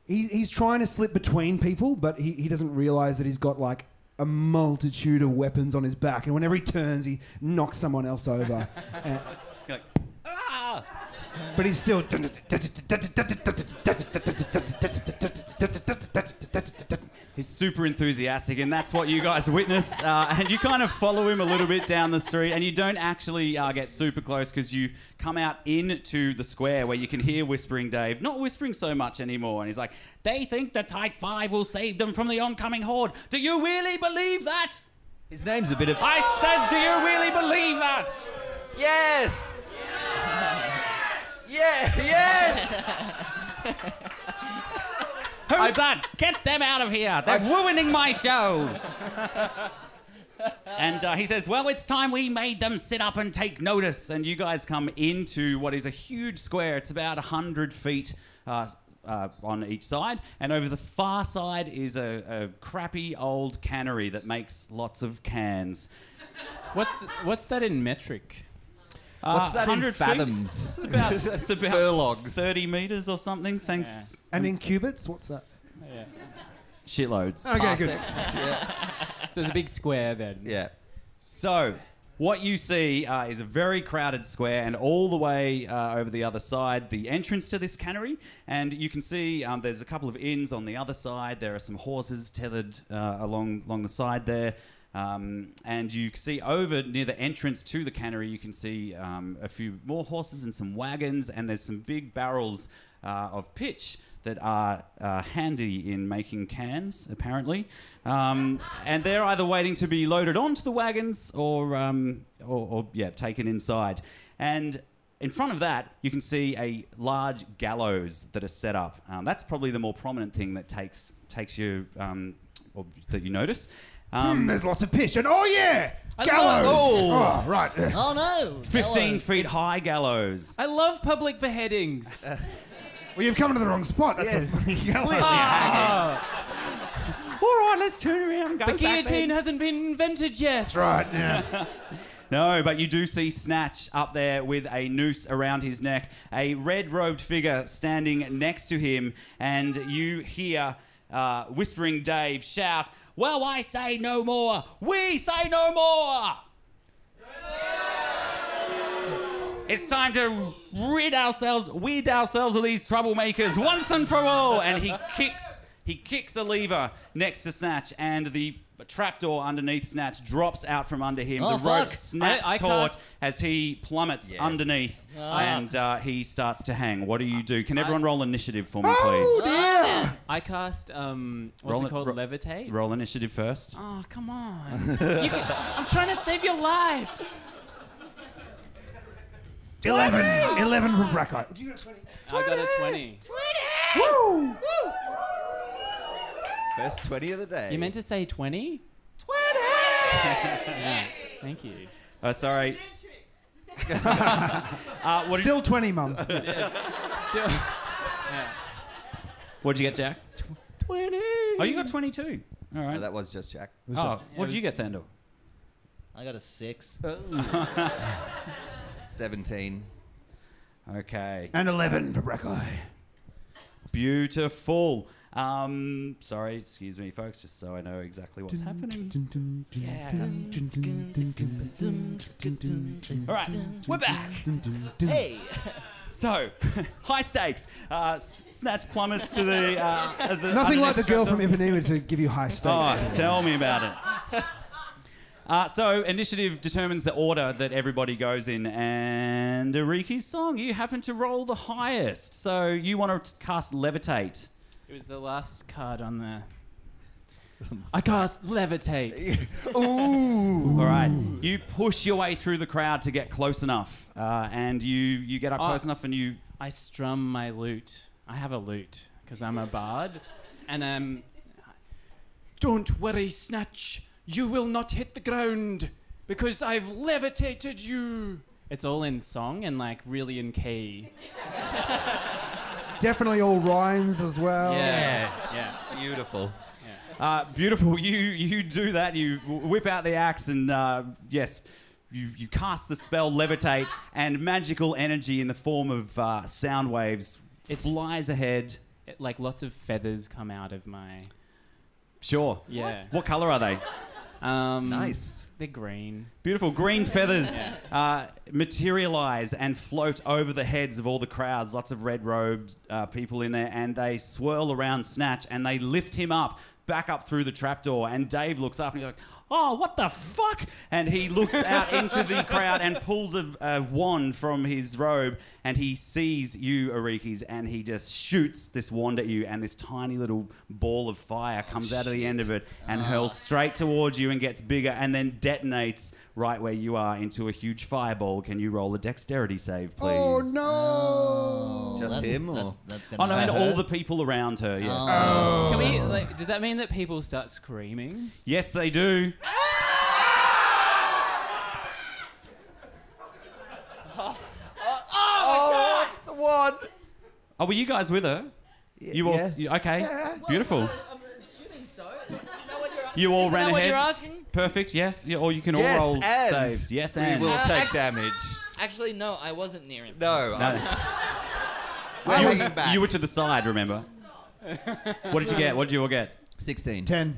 Speaker 2: he, he's trying to slip between people, but he, he doesn't realize that he's got like a multitude of weapons on his back. And whenever he turns, he knocks someone else
Speaker 5: (laughs)
Speaker 2: over. Uh,
Speaker 5: You're like, ah!
Speaker 2: but he's still. (laughs)
Speaker 5: He's super enthusiastic, and that's what you guys witness. Uh, and you kind of follow him a little bit down the street, and you don't actually uh, get super close because you come out into the square where you can hear Whispering Dave, not whispering so much anymore. And he's like, They think the Type 5 will save them from the oncoming horde. Do you really believe that?
Speaker 6: His name's a bit of.
Speaker 5: I said, Do you really believe that? (laughs)
Speaker 6: Yes! Yeah, yes!
Speaker 5: Who's that? Get them out of here. They're ruining my show. and uh, he says, Well, it's time we made them sit up and take notice. And you guys come into what is a huge square. It's about 100 feet. Uh, uh, on each side, and over the far side is a, a crappy old cannery that makes lots of cans.
Speaker 9: What's th- what's that (laughs) in metric?
Speaker 6: What's that in
Speaker 5: 100 Uh, Ah, feet?
Speaker 6: fathoms?
Speaker 5: It's about, it's about
Speaker 6: (laughs) Furlongs.
Speaker 5: 30 meters or something. Thanks.
Speaker 2: And in cubits, what's that?
Speaker 5: Shitloads.
Speaker 2: Okay, good.
Speaker 6: Parsecs, (laughs) yeah.
Speaker 9: So it's a big square then.
Speaker 6: Yeah.
Speaker 5: So, what you see uh, is a very crowded square, and all the way uh, over the other side, the entrance to this cannery. And you can see um, there's a couple of inns on the other side. There are some horses tethered uh, along along the side there. Um, and you can see over near the entrance to the cannery, you can see um, a few more horses and some wagons, and there's some big barrels uh, of pitch that are uh, handy in making cans, apparently. Um, and they're either waiting to be loaded onto the wagons or, um, or, or, yeah, taken inside. And in front of that, you can see a large gallows that is set up. Um, that's probably the more prominent thing that takes, takes you, um, or that you notice.
Speaker 7: Hmm,
Speaker 5: Um,
Speaker 7: there's lots of pitch. And oh, yeah! Gallows!
Speaker 6: Oh.
Speaker 7: Oh, right. Ugh.
Speaker 4: Oh no!
Speaker 5: 15 feet high gallows.
Speaker 9: I love public
Speaker 5: (laughs)
Speaker 9: beheadings.
Speaker 7: Well, you've come to the wrong spot. That's a
Speaker 2: Oh. (laughs)
Speaker 7: gallows.
Speaker 5: All right, let's turn around and go
Speaker 9: Ah! the
Speaker 5: back there.
Speaker 9: guillotine hasn't been invented yet.
Speaker 7: Right,
Speaker 2: (laughs)
Speaker 7: yeah.
Speaker 5: No, but you do see Snatch up there with a noose around his neck, a red robed figure standing next to him, and you hear uh, Whispering Dave shout, Well, I say no more! We say no more! It's time to rid ourselves, weed ourselves of these troublemakers once and for all! And he kicks. He kicks a lever next to Snatch, and the trapdoor underneath Snatch drops out from under him.
Speaker 4: Oh,
Speaker 5: the rope
Speaker 4: fuck.
Speaker 5: snaps
Speaker 9: I- I
Speaker 5: taut
Speaker 9: cast-
Speaker 5: as he plummets underneath, and uh, he starts to hang. What do you do? Can everyone roll initiative for me,
Speaker 7: Oh,
Speaker 5: please?
Speaker 7: dear!
Speaker 9: I cast um, what's
Speaker 5: Roll
Speaker 9: it
Speaker 5: it-
Speaker 9: called?
Speaker 5: ro-
Speaker 9: Levitate.
Speaker 5: Roll initiative first.
Speaker 9: oh come on! You can- I'm trying to save your life.
Speaker 7: 11. 11 from Brackeye.
Speaker 9: I got a twenty.
Speaker 7: Woo!
Speaker 6: First 20 of the day.
Speaker 9: You meant to say twenty? Twenty. (laughs) Thank you.
Speaker 5: Uh, sorry.
Speaker 8: trick.
Speaker 5: Uh, what did,
Speaker 2: Still 20,
Speaker 5: (laughs)
Speaker 2: mum.
Speaker 9: Still,
Speaker 5: (laughs) what'd you get, Jack?
Speaker 9: twenty.
Speaker 5: Oh, you got 22. All right.
Speaker 6: No, that was just Jack.
Speaker 5: oh,
Speaker 9: it
Speaker 5: what did
Speaker 9: was-
Speaker 5: you get, Thandor?
Speaker 4: I got a six.
Speaker 6: 17.
Speaker 5: Okay.
Speaker 7: And 11 for Brackeye.
Speaker 5: (laughs) Beautiful. Um, sorry, excuse me, folks, just so I know exactly what's happening. All right, we're back.
Speaker 4: Hey!
Speaker 5: So, (laughs) high stakes. Uh, s- snatch plummets to the. Uh, the
Speaker 2: Nothing like the
Speaker 5: underneath
Speaker 2: girl from
Speaker 5: trapdoor.
Speaker 2: Ipanema to give you high stakes.
Speaker 5: Oh, tell me about it. (laughs) Uh, so, initiative determines the order that everybody goes in, and Ariki's song, you happen to roll the highest. So, you want to cast Levitate.
Speaker 9: It was the last card on there. I cast levitate. (laughs)
Speaker 5: All right. You push your way through the crowd to get close enough, uh, and you, you get up
Speaker 9: Oh.
Speaker 5: close enough and you.
Speaker 9: I strum my lute. I have a lute because I'm a bard, and um. Don't worry, Snatch. You will not hit the ground because I've levitated you. It's all in song and like really in key.
Speaker 2: Definitely all rhymes as well.
Speaker 9: Oh, Yeah. Yeah.
Speaker 6: Beautiful.
Speaker 5: Uh, beautiful. (laughs) You you do that. You w- whip out the axe and uh, yes, you, you cast the spell levitate and magical energy in the form of uh, sound waves. It
Speaker 9: It's-
Speaker 5: flies ahead.
Speaker 9: It, like lots of feathers come out of my.
Speaker 5: Sure.
Speaker 9: Yeah.
Speaker 5: What color are they?
Speaker 9: Um,
Speaker 6: Nice.
Speaker 9: They're green.
Speaker 5: Beautiful green feathers uh, materialize and float over the heads of all the crowds. Lots of red robed uh, people in there, and they swirl around Snatch and they lift him up, back up through the trapdoor. And Dave looks up and he's like, Oh, what the fuck? And he looks out into the crowd and pulls a, a wand from his robe and he sees you, Arikis, and he just shoots this wand at you. And this tiny little ball of fire
Speaker 6: Oh,
Speaker 5: comes out of the end of it and
Speaker 6: Ah.
Speaker 5: hurls straight towards you and gets bigger and then detonates right where you are into a huge fireball. Can you roll a dexterity save, please?
Speaker 2: Oh, no!
Speaker 6: Just
Speaker 4: That's-
Speaker 6: him,
Speaker 4: that-
Speaker 6: or?
Speaker 4: that's gonna
Speaker 5: Oh, no, and
Speaker 4: hurt.
Speaker 5: all the people around her, yes.
Speaker 4: Oh.
Speaker 9: Can we, like, does that mean that people start screaming?
Speaker 5: Yes, they do.
Speaker 6: Oh, the one!
Speaker 5: Oh, were you guys with her? You all, you- okay, beautiful.
Speaker 4: I'm assuming so. Isn't that what you're,
Speaker 5: You all
Speaker 4: isn't
Speaker 5: ran
Speaker 4: that what
Speaker 5: ahead.
Speaker 4: you're asking?
Speaker 5: Perfect. Yes. Yeah, or you can
Speaker 6: Yes,
Speaker 5: all roll
Speaker 6: and
Speaker 5: saves. Yes,
Speaker 6: We
Speaker 5: and.
Speaker 6: will
Speaker 4: Uh,
Speaker 6: take
Speaker 4: actually-
Speaker 6: damage.
Speaker 4: Actually, no, I wasn't near him.
Speaker 6: No, I'm
Speaker 5: No,
Speaker 6: we're
Speaker 5: you,
Speaker 6: hanging
Speaker 5: were,
Speaker 6: back.
Speaker 5: you were to the side. Remember. what did you get? What did you all get?
Speaker 6: 16.
Speaker 2: 10.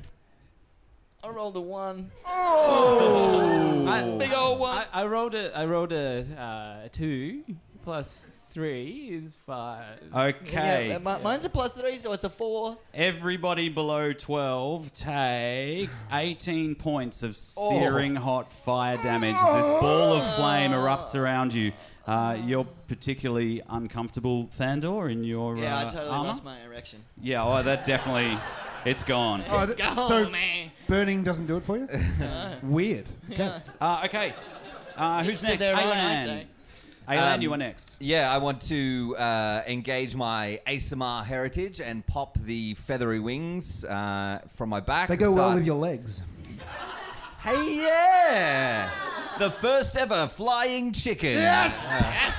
Speaker 4: I rolled a one.
Speaker 1: I,
Speaker 5: Oh!
Speaker 4: Big old one.
Speaker 1: I, I rolled a I rolled a, uh, a two plus three is five.
Speaker 5: Okay.
Speaker 4: Yeah, mi- mine's a plus three, so it's a four.
Speaker 5: Everybody below 12 takes 18 points of
Speaker 4: Oh.
Speaker 5: searing hot fire damage as this ball of flame erupts around you. Uh, you're particularly uncomfortable, Thandor, in your
Speaker 4: Yeah, I
Speaker 5: uh,
Speaker 4: totally
Speaker 5: armor.
Speaker 4: lost my erection.
Speaker 5: Yeah, oh, that definitely, it's
Speaker 4: (laughs)
Speaker 5: gone.
Speaker 2: Oh,
Speaker 4: Go
Speaker 2: th-
Speaker 4: home,
Speaker 2: so
Speaker 4: man.
Speaker 2: burning doesn't do it
Speaker 5: (laughs)
Speaker 2: for you? Weird.
Speaker 5: Uh, okay, uh, who's
Speaker 4: to
Speaker 5: next?
Speaker 4: their own, I
Speaker 5: Aylan.
Speaker 4: say.
Speaker 5: Aylan,
Speaker 6: Um,
Speaker 5: you are next.
Speaker 6: Yeah, I want to uh, engage my ASMR heritage and pop the feathery wings uh, from my back.
Speaker 2: They
Speaker 6: and
Speaker 2: go well
Speaker 6: start-
Speaker 2: with your legs.
Speaker 6: Hey, yeah! The first ever flying chicken. Yes! yes!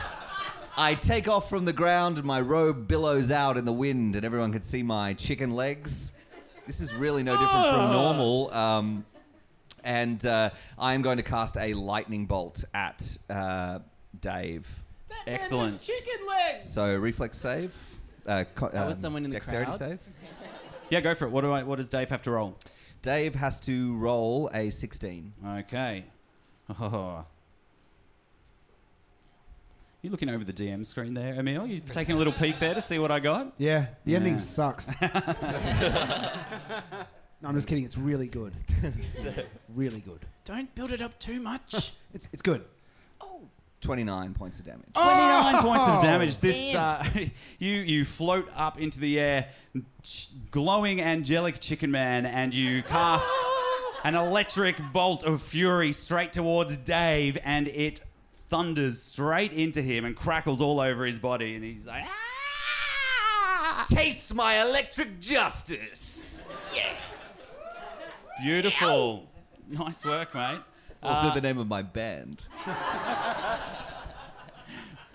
Speaker 6: I take off from the ground and my robe billows out in the wind, and everyone can see my chicken legs. This is really no different from normal. Um, and uh, I am going to cast a lightning bolt at uh, Dave.
Speaker 5: Excellent.
Speaker 1: Chicken legs.
Speaker 6: So reflex save. Uh, co-
Speaker 1: was
Speaker 6: um,
Speaker 1: someone in the
Speaker 6: dexterity
Speaker 1: crowd.
Speaker 6: save.
Speaker 5: Yeah, go for it. What do I? What does Dave have to roll?
Speaker 6: Dave has to roll a 16.
Speaker 5: Okay. (laughs) Oh. You looking over the DM screen there, Emil? You taking a little peek there to see what I got?
Speaker 2: Yeah, the ending
Speaker 5: Yeah. (laughs)
Speaker 2: sucks. (laughs) no, I'm just kidding. It's really
Speaker 5: (laughs)
Speaker 2: good. really good.
Speaker 1: Don't build it up too much.
Speaker 2: It's, it's good.
Speaker 6: 29 points of damage.
Speaker 5: 29
Speaker 6: (laughs)
Speaker 5: points of
Speaker 2: Oh!
Speaker 5: damage. This uh, (laughs) you you float up into the air, ch- glowing angelic chicken man, and you cast
Speaker 6: (gasps)
Speaker 5: an electric bolt of fury straight towards Dave, and it thunders straight into him and crackles all over his body, and he's like, "Ah!"
Speaker 6: Taste my electric justice!
Speaker 5: beautiful, nice work, mate.
Speaker 6: It's also the name of my band.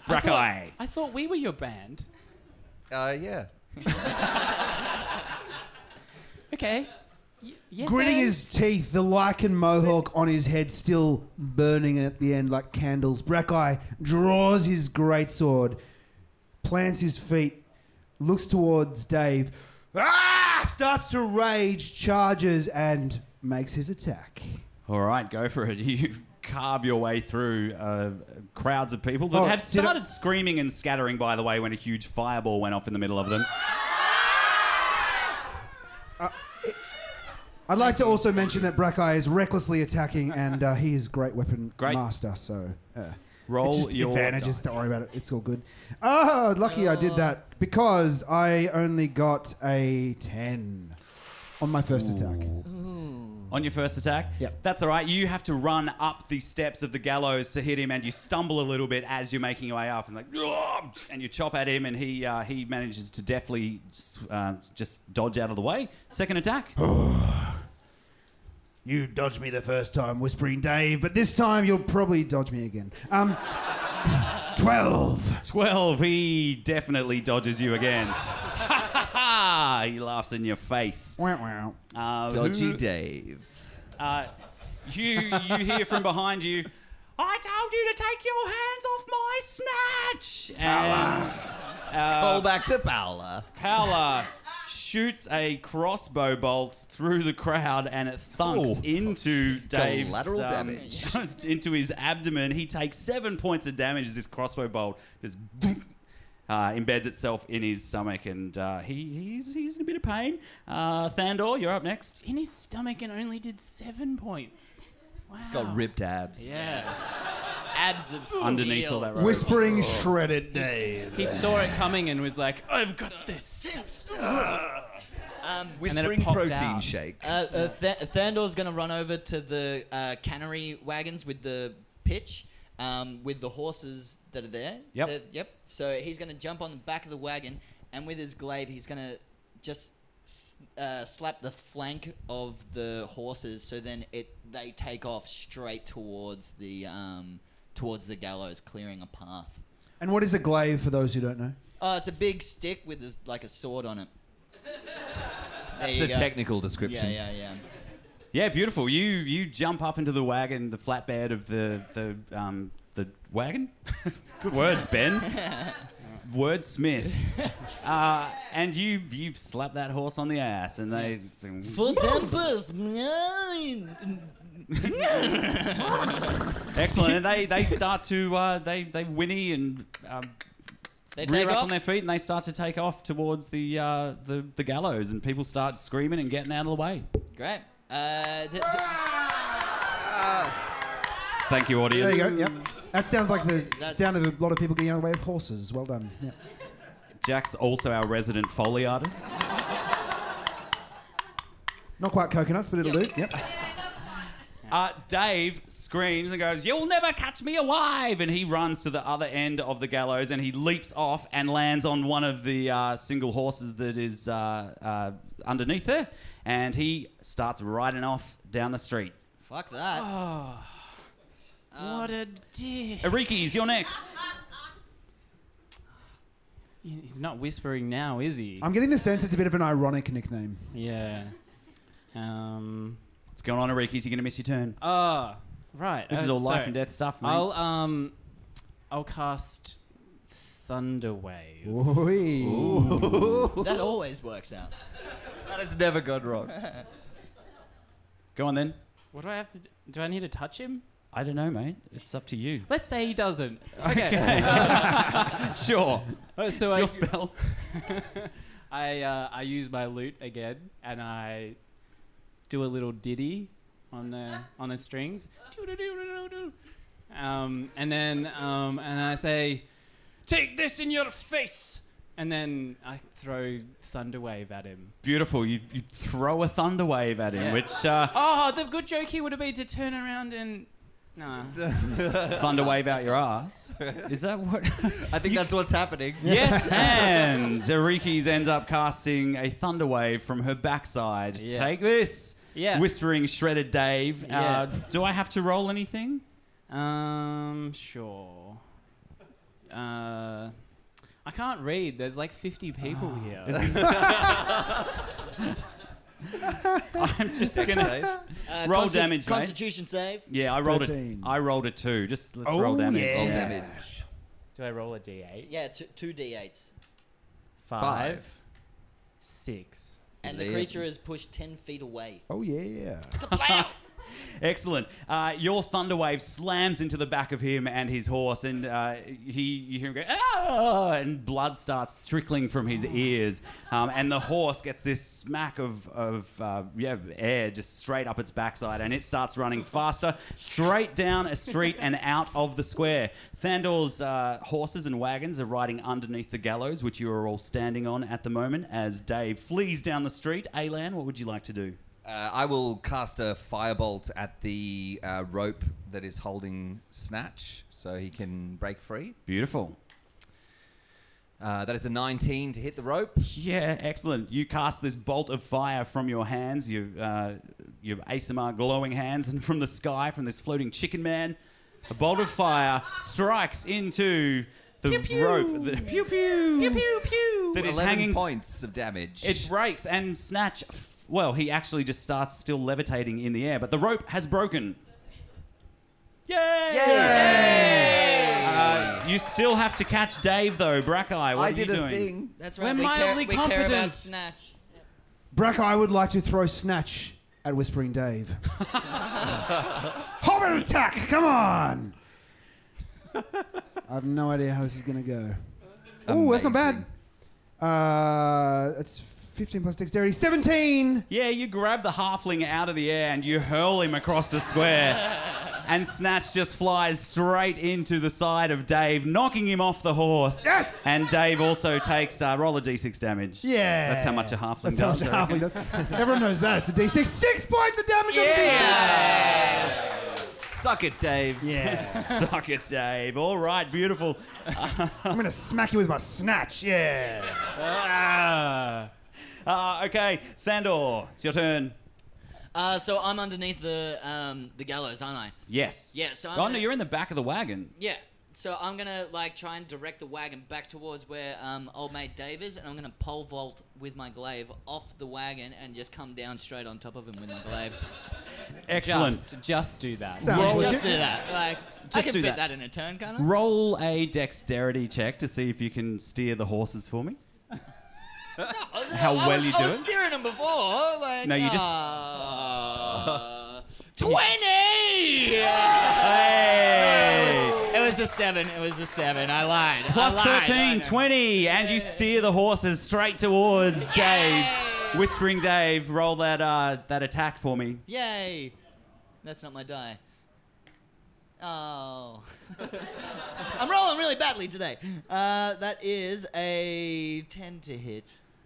Speaker 5: Brackeye.
Speaker 1: I thought we were your band.
Speaker 6: Uh, yeah.
Speaker 1: Okay. Y- yes,
Speaker 2: Gritting
Speaker 1: I-
Speaker 2: his teeth, the lichen mohawk on his head still burning at the end like candles. Brackeye draws his greatsword, plants his feet, looks towards Dave, ah! starts to rage, charges, and makes his attack.
Speaker 5: All right, go for it. (laughs) You carve your way through uh, crowds of people that
Speaker 2: Oh,
Speaker 5: had
Speaker 2: did I-
Speaker 5: started screaming and scattering, by the way, when a huge fireball went off in the middle of them.
Speaker 2: I'd like to also mention that Brackeye is recklessly attacking, and uh, he is great weapon
Speaker 5: Great.
Speaker 2: master. So uh,
Speaker 5: Roll
Speaker 2: it's just
Speaker 5: your
Speaker 2: advantages.
Speaker 5: dice.
Speaker 2: Don't worry about it. It's all good. Oh, lucky I did that because I only got a ten on my first attack.
Speaker 5: On your first attack?
Speaker 2: Yep.
Speaker 5: That's all right. You have to run up the steps of the gallows to hit him, and you stumble a little bit as you're making your way up, and like, "Ugh!" and you chop at him, and he uh, he manages to deftly s- uh, just dodge out of the way. Second attack.
Speaker 2: You dodged me the first time, whispering Dave, but this time you'll probably dodge me again. Um, (laughs) twelve.
Speaker 5: 12. He definitely dodges you again. (laughs) he laughs in your face.
Speaker 2: Wow, wow.
Speaker 5: Uh,
Speaker 6: Dodgy
Speaker 5: who-
Speaker 6: Dave.
Speaker 5: Uh, you you hear from behind you. I told you to take your hands off my snatch. And
Speaker 6: Roll back Uh, to Paola.
Speaker 5: Paola shoots a crossbow bolt through the crowd, and it thunks
Speaker 6: Oh.
Speaker 5: into Dave's
Speaker 6: Collateral
Speaker 5: um,
Speaker 6: damage.
Speaker 5: (laughs) into his abdomen. He takes seven points of damage as this crossbow bolt just. Uh, embeds itself in his stomach, and uh, he, he's he's in a bit of pain. Uh, Thandor, you're up next.
Speaker 1: in his stomach and only did seven points. Wow. He's
Speaker 6: Got ripped abs.
Speaker 1: Yeah.
Speaker 4: Abs of steel.
Speaker 5: Underneath all that robe.
Speaker 2: Whispering shredded Dave.
Speaker 1: He saw it coming and was like, "I've got this." Uh, then
Speaker 4: Um,
Speaker 1: it
Speaker 6: Whispering
Speaker 1: popped
Speaker 6: protein
Speaker 1: out.
Speaker 6: shake.
Speaker 4: uh, uh, Th- Thandor's gonna run over to the uh, cannery wagons with the pitch, um, with the horses that are there.
Speaker 5: Yep.
Speaker 4: The- yep. So he's gonna jump on the back of the wagon, and with his glaive, he's gonna just s- uh, slap the flank of the horses, so then it they take off straight towards the um, towards the gallows, clearing a path.
Speaker 2: And what is a glaive for those who don't know?
Speaker 4: Oh, it's a big stick with a, like a sword on it. That's
Speaker 6: It's the technical description.
Speaker 4: Yeah, yeah, yeah.
Speaker 5: Yeah, beautiful. You you jump up into the wagon, the flatbed of the the um, the wagon. Good words, Ben. wordsmith. uh, and you you slap that horse on the ass, and they.
Speaker 4: For tempers, mine.
Speaker 5: Excellent. And they, they start to uh, they they whinny and um,
Speaker 4: They
Speaker 5: rear
Speaker 4: take
Speaker 5: up
Speaker 4: off.
Speaker 5: on their feet, and they start to take off towards the uh, the the gallows, and people start screaming and getting out of the way.
Speaker 4: Great. Uh, d- d-
Speaker 5: Thank you, audience.
Speaker 2: There you go. Yep. That sounds like the
Speaker 4: That's-
Speaker 2: sound of a lot of people getting out of the way of horses. Well done. Yeah.
Speaker 5: Jack's also our resident foley artist.
Speaker 2: Not quite coconuts, but it'll do. Yep.
Speaker 5: Uh, Dave screams and goes, You'll never catch me alive! And he runs to the other end of the gallows and he leaps off and lands on one of the uh, single horses that is uh, uh, underneath there. And he starts riding off down the street.
Speaker 4: fuck that.
Speaker 1: what a dick.
Speaker 5: Arikis, you're next.
Speaker 1: He- He's not whispering now, is he?
Speaker 2: I'm getting the sense it's a bit of an ironic nickname.
Speaker 1: yeah. Um.
Speaker 5: What's going on, Arikis? You're going to miss your turn.
Speaker 1: Ah. right.
Speaker 5: This is
Speaker 1: uh,
Speaker 5: all life
Speaker 1: so
Speaker 5: and death stuff, mate.
Speaker 1: I'll um. I'll cast Thunder Wave.
Speaker 2: Ooh.
Speaker 1: Oh.
Speaker 4: That always works out.
Speaker 6: That has never gone wrong.
Speaker 5: Go on then.
Speaker 1: What do I have to? Do? do I need to touch him?
Speaker 5: (laughs) I don't know, mate. It's up to you.
Speaker 1: Let's say he doesn't. Okay.
Speaker 5: (laughs) sure.
Speaker 1: Uh, so
Speaker 5: It's
Speaker 1: I,
Speaker 5: your spell.
Speaker 1: (laughs) I uh, I use my lute again, and I do a little ditty on the on the strings, Doo-doo-doo-doo-doo-doo. um, and then um, and I say, "Take this in your face," and then I throw thunderwave at him.
Speaker 5: Beautiful. You, you throw a thunder wave at him,
Speaker 1: Yeah.
Speaker 5: which uh, (laughs)
Speaker 1: Oh, the good joke here would have been to turn around and no.
Speaker 5: thunder wave out your ass. Is that what?
Speaker 6: I think that's what's happening.
Speaker 5: (laughs) Yes, and Arikis ends up casting a thunder wave from her backside.
Speaker 1: Yeah.
Speaker 5: Take this.
Speaker 1: Yeah.
Speaker 5: Whispering shredded Dave. Uh,
Speaker 1: Yeah.
Speaker 5: do I have to roll anything?
Speaker 1: Um, sure. Uh, I can't read. There's like 50 people
Speaker 5: Ah.
Speaker 1: here.
Speaker 5: (laughs) I'm just gonna
Speaker 4: Uh,
Speaker 5: Roll damage, mate.
Speaker 4: Constitution save.
Speaker 5: Yeah, I rolled a
Speaker 2: 13.
Speaker 5: I rolled a two. Just let's roll damage.
Speaker 6: Roll
Speaker 5: Yeah.
Speaker 6: damage.
Speaker 1: Do I roll a d8?
Speaker 4: Yeah, t- two d8s.
Speaker 6: Five.
Speaker 1: Six.
Speaker 4: And the
Speaker 6: Eleven.
Speaker 4: creature is pushed 10 feet away.
Speaker 2: Oh yeah.
Speaker 5: Excellent. Uh, your thunder wave slams into the back of him and his horse, and uh, he you hear him go ah, and blood starts trickling from his ears, um, and the horse gets this smack of of uh, yeah air just straight up its backside, and it starts running faster straight down a street and out of the square. Thandor's uh, horses and wagons are riding underneath the gallows, which you are all standing on at the moment. As Dave flees down the street, Alan, what would you like to do?
Speaker 6: Uh, I will cast a firebolt at the uh, rope that is holding Snatch so he can break free.
Speaker 5: Beautiful.
Speaker 6: Uh, that is a 19 to hit the rope.
Speaker 5: Yeah, excellent. You cast this bolt of fire from your hands, your uh, your ASMR glowing hands, (laughs) and from the sky, from this floating chicken man, a bolt of fire strikes into the rope. That, pew pew pew pew pew. That is
Speaker 6: 11
Speaker 5: hanging.
Speaker 6: points of damage.
Speaker 5: It breaks and snatch. F- well, he actually just starts still levitating in the air, but the rope has broken. Yay! Uh, you still have to catch Dave though, Brackeye. What
Speaker 6: I
Speaker 5: are
Speaker 6: did
Speaker 5: you
Speaker 6: a
Speaker 5: doing?
Speaker 6: thing.
Speaker 4: That's
Speaker 1: right, We're we care- mildly we care about competent.
Speaker 4: snatch.
Speaker 2: Brack, I would like to throw snatch at Whispering Dave. Hobbit attack! Come on! I have no idea how this is gonna go. Oh, that's not bad. Uh,
Speaker 6: Amazing.
Speaker 2: it's 15 plus dexterity, 17.
Speaker 5: Yeah, you grab the halfling out of the air and you hurl him across the
Speaker 2: (laughs)
Speaker 5: square. and Snatch just flies straight into the side of Dave, knocking him off the horse.
Speaker 2: Yes!
Speaker 5: And Dave also takes uh, roll a d6 damage.
Speaker 2: Yeah.
Speaker 5: That's how much a halfling
Speaker 2: That's how
Speaker 5: does.
Speaker 2: much a
Speaker 5: I reckon.
Speaker 2: halfling does. Everyone knows that. It's a d6. Six points of damage
Speaker 6: Suck it, Dave.
Speaker 2: on the d6. Yeah.
Speaker 5: (laughs) Suck it, Dave. All right, beautiful.
Speaker 2: I'm gonna smack you with my snatch. Yeah.
Speaker 5: Ah. Uh, okay, Thandor, it's your turn.
Speaker 4: Uh, so I'm underneath the um, the gallows, aren't I?
Speaker 5: Yes.
Speaker 4: Yeah, so I'm
Speaker 5: oh, no,
Speaker 4: gonna-
Speaker 5: you're in the back of the wagon.
Speaker 4: Yeah. So I'm gonna like try and direct the wagon back towards where um, old mate Dave is, and I'm gonna pole vault with my glaive off the wagon and just come down straight on top of him with my glaive.
Speaker 5: Excellent.
Speaker 1: Just, just do that.
Speaker 2: Sounds
Speaker 4: Yeah,
Speaker 2: legit.
Speaker 4: just do that. Like, I
Speaker 5: Just
Speaker 4: can
Speaker 5: do
Speaker 4: fit
Speaker 5: that.
Speaker 4: that. in a turn, can't I?
Speaker 5: Roll a dexterity check to see if you can steer the horses for me. how
Speaker 4: I
Speaker 5: well
Speaker 4: was,
Speaker 5: you
Speaker 4: I
Speaker 5: do
Speaker 4: was
Speaker 5: it.
Speaker 4: steering them before. Like,
Speaker 5: No, you just- (laughs)
Speaker 4: ah, twenty. It was a seven. It was a seven. I lied. I
Speaker 5: Plus
Speaker 4: lied. I
Speaker 5: 13,
Speaker 4: know.
Speaker 5: 20, and you steer the horses straight towards Dave. Whispering Dave, roll that uh, that attack for me.
Speaker 4: Yay! That's not my die. Oh. (laughs) I'm rolling really badly today. Uh, that is a 10 to hit.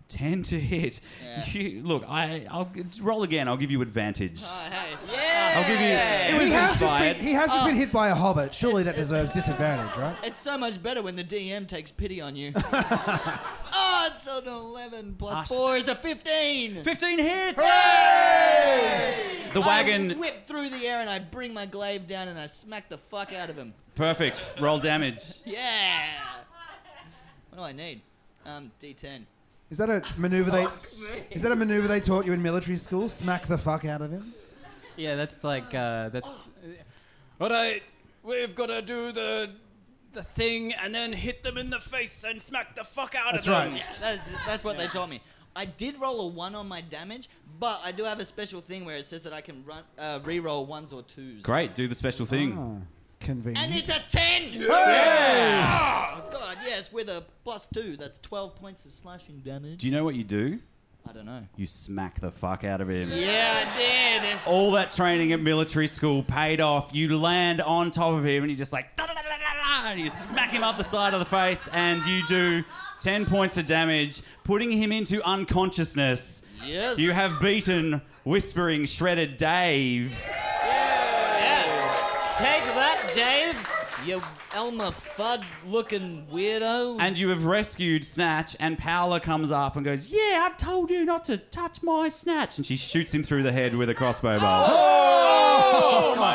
Speaker 5: 10 to hit.
Speaker 4: Yeah.
Speaker 5: You, look, I, I'll g- roll again. I'll give you advantage.
Speaker 4: Oh, hey. Yeah!
Speaker 5: I'll give you. It was
Speaker 2: He has, just
Speaker 5: inspired.
Speaker 2: been, he has just been
Speaker 4: Oh.
Speaker 2: hit by a hobbit. Surely that deserves disadvantage, right?
Speaker 4: It's so much better when the DM takes pity
Speaker 5: (laughs)
Speaker 4: on you. oh, it's an 11 plus 4 is a 15!
Speaker 5: 15 hits! The
Speaker 4: I
Speaker 5: wagon.
Speaker 4: whip through the air and I bring my glaive down and I smack the fuck out of him.
Speaker 5: Perfect. Roll damage.
Speaker 4: Yeah! What do I need? Um, D10.
Speaker 2: Is that a maneuver they?
Speaker 5: Oh,
Speaker 2: Is that a maneuver they taught you in military school? Smack the fuck out of him.
Speaker 1: Yeah, that's like uh, that's. All right, we've got to do the the thing and then hit them in the face and smack the fuck out
Speaker 2: That's
Speaker 1: of
Speaker 2: right.
Speaker 1: them.
Speaker 4: That's that's what they told me. I did roll a one on my damage, but I do have a special thing where it says that I can run uh, re-roll ones or twos.
Speaker 5: Great. Do the special thing.
Speaker 2: Oh,
Speaker 4: And
Speaker 2: convenient.
Speaker 4: it's a ten. Oh god, yes, with a plus two, that's twelve points of slashing damage.
Speaker 5: Do you know what you do?
Speaker 4: I don't know.
Speaker 5: You smack the fuck out of him.
Speaker 4: Yeah, I did.
Speaker 5: All that training at military school paid off. You land on top of him and you just like, "Da-da-da-da-da-da," and you smack him up the side of the face and you do 10 points of damage, putting him into unconsciousness.
Speaker 4: Yes.
Speaker 5: You have beaten Whispering Shredded Dave.
Speaker 4: Take that, Dave. You Elmer Fudd looking weirdo.
Speaker 5: And you have rescued Snatch, and Paola comes up and goes, Yeah, I told you not to touch my Snatch. And she shoots him through the head with a crossbow bolt.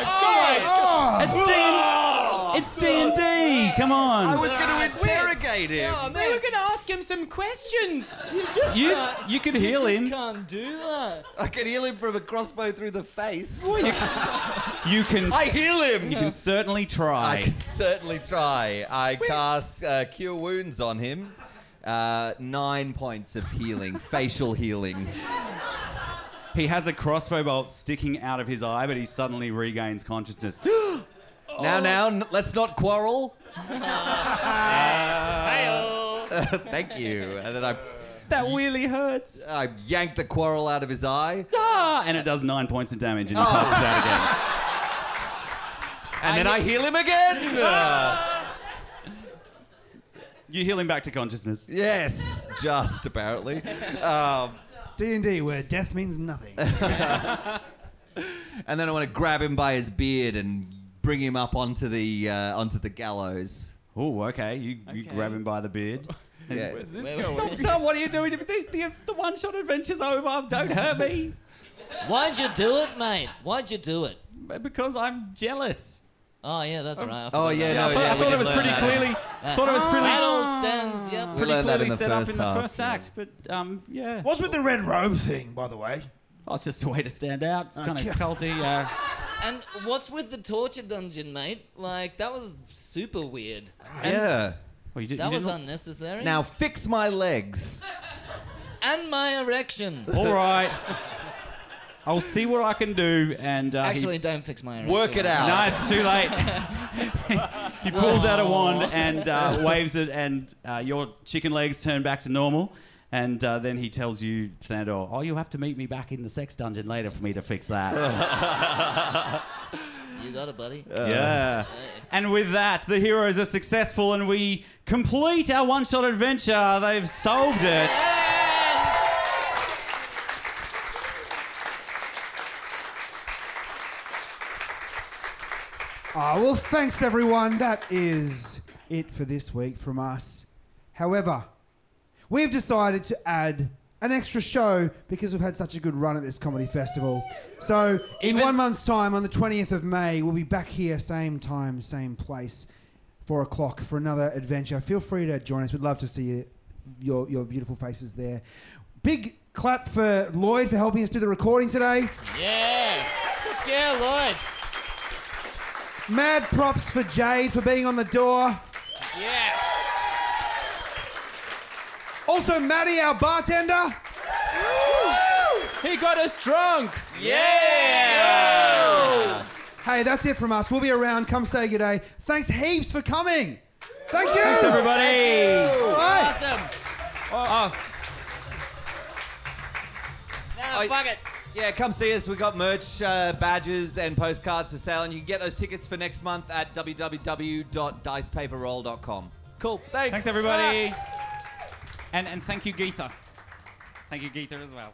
Speaker 2: Oh,
Speaker 5: It's
Speaker 1: Ah!
Speaker 5: D. It's D and D. Come
Speaker 6: I was
Speaker 5: on.
Speaker 6: going to interrogate him.
Speaker 4: oh,
Speaker 1: We
Speaker 4: man,
Speaker 1: were gonna ask him some questions.
Speaker 4: you just
Speaker 5: You
Speaker 1: uh,
Speaker 4: can't,
Speaker 5: you could
Speaker 4: you
Speaker 5: heal
Speaker 4: just
Speaker 5: him.
Speaker 4: can't do that.
Speaker 6: I can heal him from a crossbow through the face.
Speaker 5: You can.
Speaker 6: I
Speaker 5: s-
Speaker 6: heal him.
Speaker 5: You can certainly
Speaker 6: I
Speaker 5: try.
Speaker 6: could certainly try. I cast uh, Cure Wounds on him. Uh, nine points of healing, facial healing.
Speaker 5: He has a crossbow bolt sticking out of his eye, but he suddenly regains consciousness.
Speaker 6: Now, now, n- let's not quarrel. (laughs) Thank you. And then I,
Speaker 5: that really hurts.
Speaker 6: I yank the quarrel out of his eye.
Speaker 5: Ah, and it does nine points of damage, and he passes out again.
Speaker 6: And then I heal him again.
Speaker 5: You heal him back to consciousness.
Speaker 6: yes, just apparently.
Speaker 2: D and D, where death means nothing.
Speaker 6: And then I want to grab him by his beard and bring him up onto the uh, onto the gallows.
Speaker 5: Oh, okay. You you grab him by the (laughs) beard.
Speaker 6: Yeah.
Speaker 5: Stop, stop! What are you doing? The, the, the one-shot adventure's over. Don't hurt me,
Speaker 4: Why'd you do it, mate? Why'd you do it?
Speaker 5: because I'm jealous.
Speaker 4: Oh yeah, that's right. I
Speaker 6: Oh
Speaker 4: forgot
Speaker 6: yeah,
Speaker 4: about
Speaker 6: no,
Speaker 4: that.
Speaker 6: yeah,
Speaker 5: I thought
Speaker 6: we
Speaker 5: it
Speaker 6: did
Speaker 5: was
Speaker 6: learn
Speaker 5: pretty
Speaker 6: that.
Speaker 5: clearly. Thought it was pretty.
Speaker 4: That all stands. Yep.
Speaker 6: We
Speaker 5: pretty
Speaker 6: learned that
Speaker 5: clearly
Speaker 6: in the
Speaker 5: set up
Speaker 6: first
Speaker 5: in the
Speaker 6: half,
Speaker 5: first
Speaker 6: yeah.
Speaker 5: act, but um, yeah.
Speaker 7: What's with the red robe thing, by the way?
Speaker 5: Oh, it's just a way to stand out. It's (laughs) kind of culty. Uh,
Speaker 4: And what's with the torture dungeon, mate? Like that was super weird.
Speaker 6: Yeah.
Speaker 5: well, you did,
Speaker 4: That
Speaker 5: you
Speaker 4: was
Speaker 5: didn't-
Speaker 4: unnecessary.
Speaker 6: Now fix my legs.
Speaker 4: and my erection.
Speaker 5: All
Speaker 4: (laughs)
Speaker 5: right. I'll see what I can do, and uh, he-
Speaker 4: Actually, don't fix my erection.
Speaker 6: Work it out.
Speaker 5: No, it's
Speaker 10: (laughs)
Speaker 5: too late. he pulls out a wand and uh, waves it, and uh, your chicken legs turn back to normal. And uh, then he tells you, Thandor, oh, you'll have to meet me back in the sex dungeon later for me to fix that.
Speaker 10: (laughs)
Speaker 4: You got it, buddy.
Speaker 6: Uh.
Speaker 5: yeah. And with that, the heroes are successful, and we complete our one shot adventure. They've solved it.
Speaker 2: Ah, well, thanks everyone. That is it for this week from us. However, we've decided to add an extra show because we've had such a good run at this comedy festival. So, in one month's time, on the 20th of May, we'll be back here, same time, same place, four o'clock for another adventure. Feel free to join us. We'd love to see you, your your beautiful faces there. Big clap for Lloyd for helping us do the recording today.
Speaker 4: Yeah. Yeah, Lloyd.
Speaker 2: Mad props for Jade for being on the door.
Speaker 4: Yeah.
Speaker 2: Also, Maddie, our bartender.
Speaker 10: He got us drunk.
Speaker 2: Hey, that's it from us. We'll be around. Come say good day. Thanks heaps for coming. Thank you.
Speaker 10: Thanks, everybody.
Speaker 2: All right.
Speaker 4: Awesome.
Speaker 10: Oh,
Speaker 4: Now, fuck it.
Speaker 6: Yeah, come see us. We've got merch, uh, badges, and postcards for sale, and you can get those tickets for next month at www.dicepaperroll.com. Cool.
Speaker 10: Ah.
Speaker 6: Thanks.
Speaker 5: Thanks, everybody. And, and thank you, Geetha. Thank you, Geetha, as well.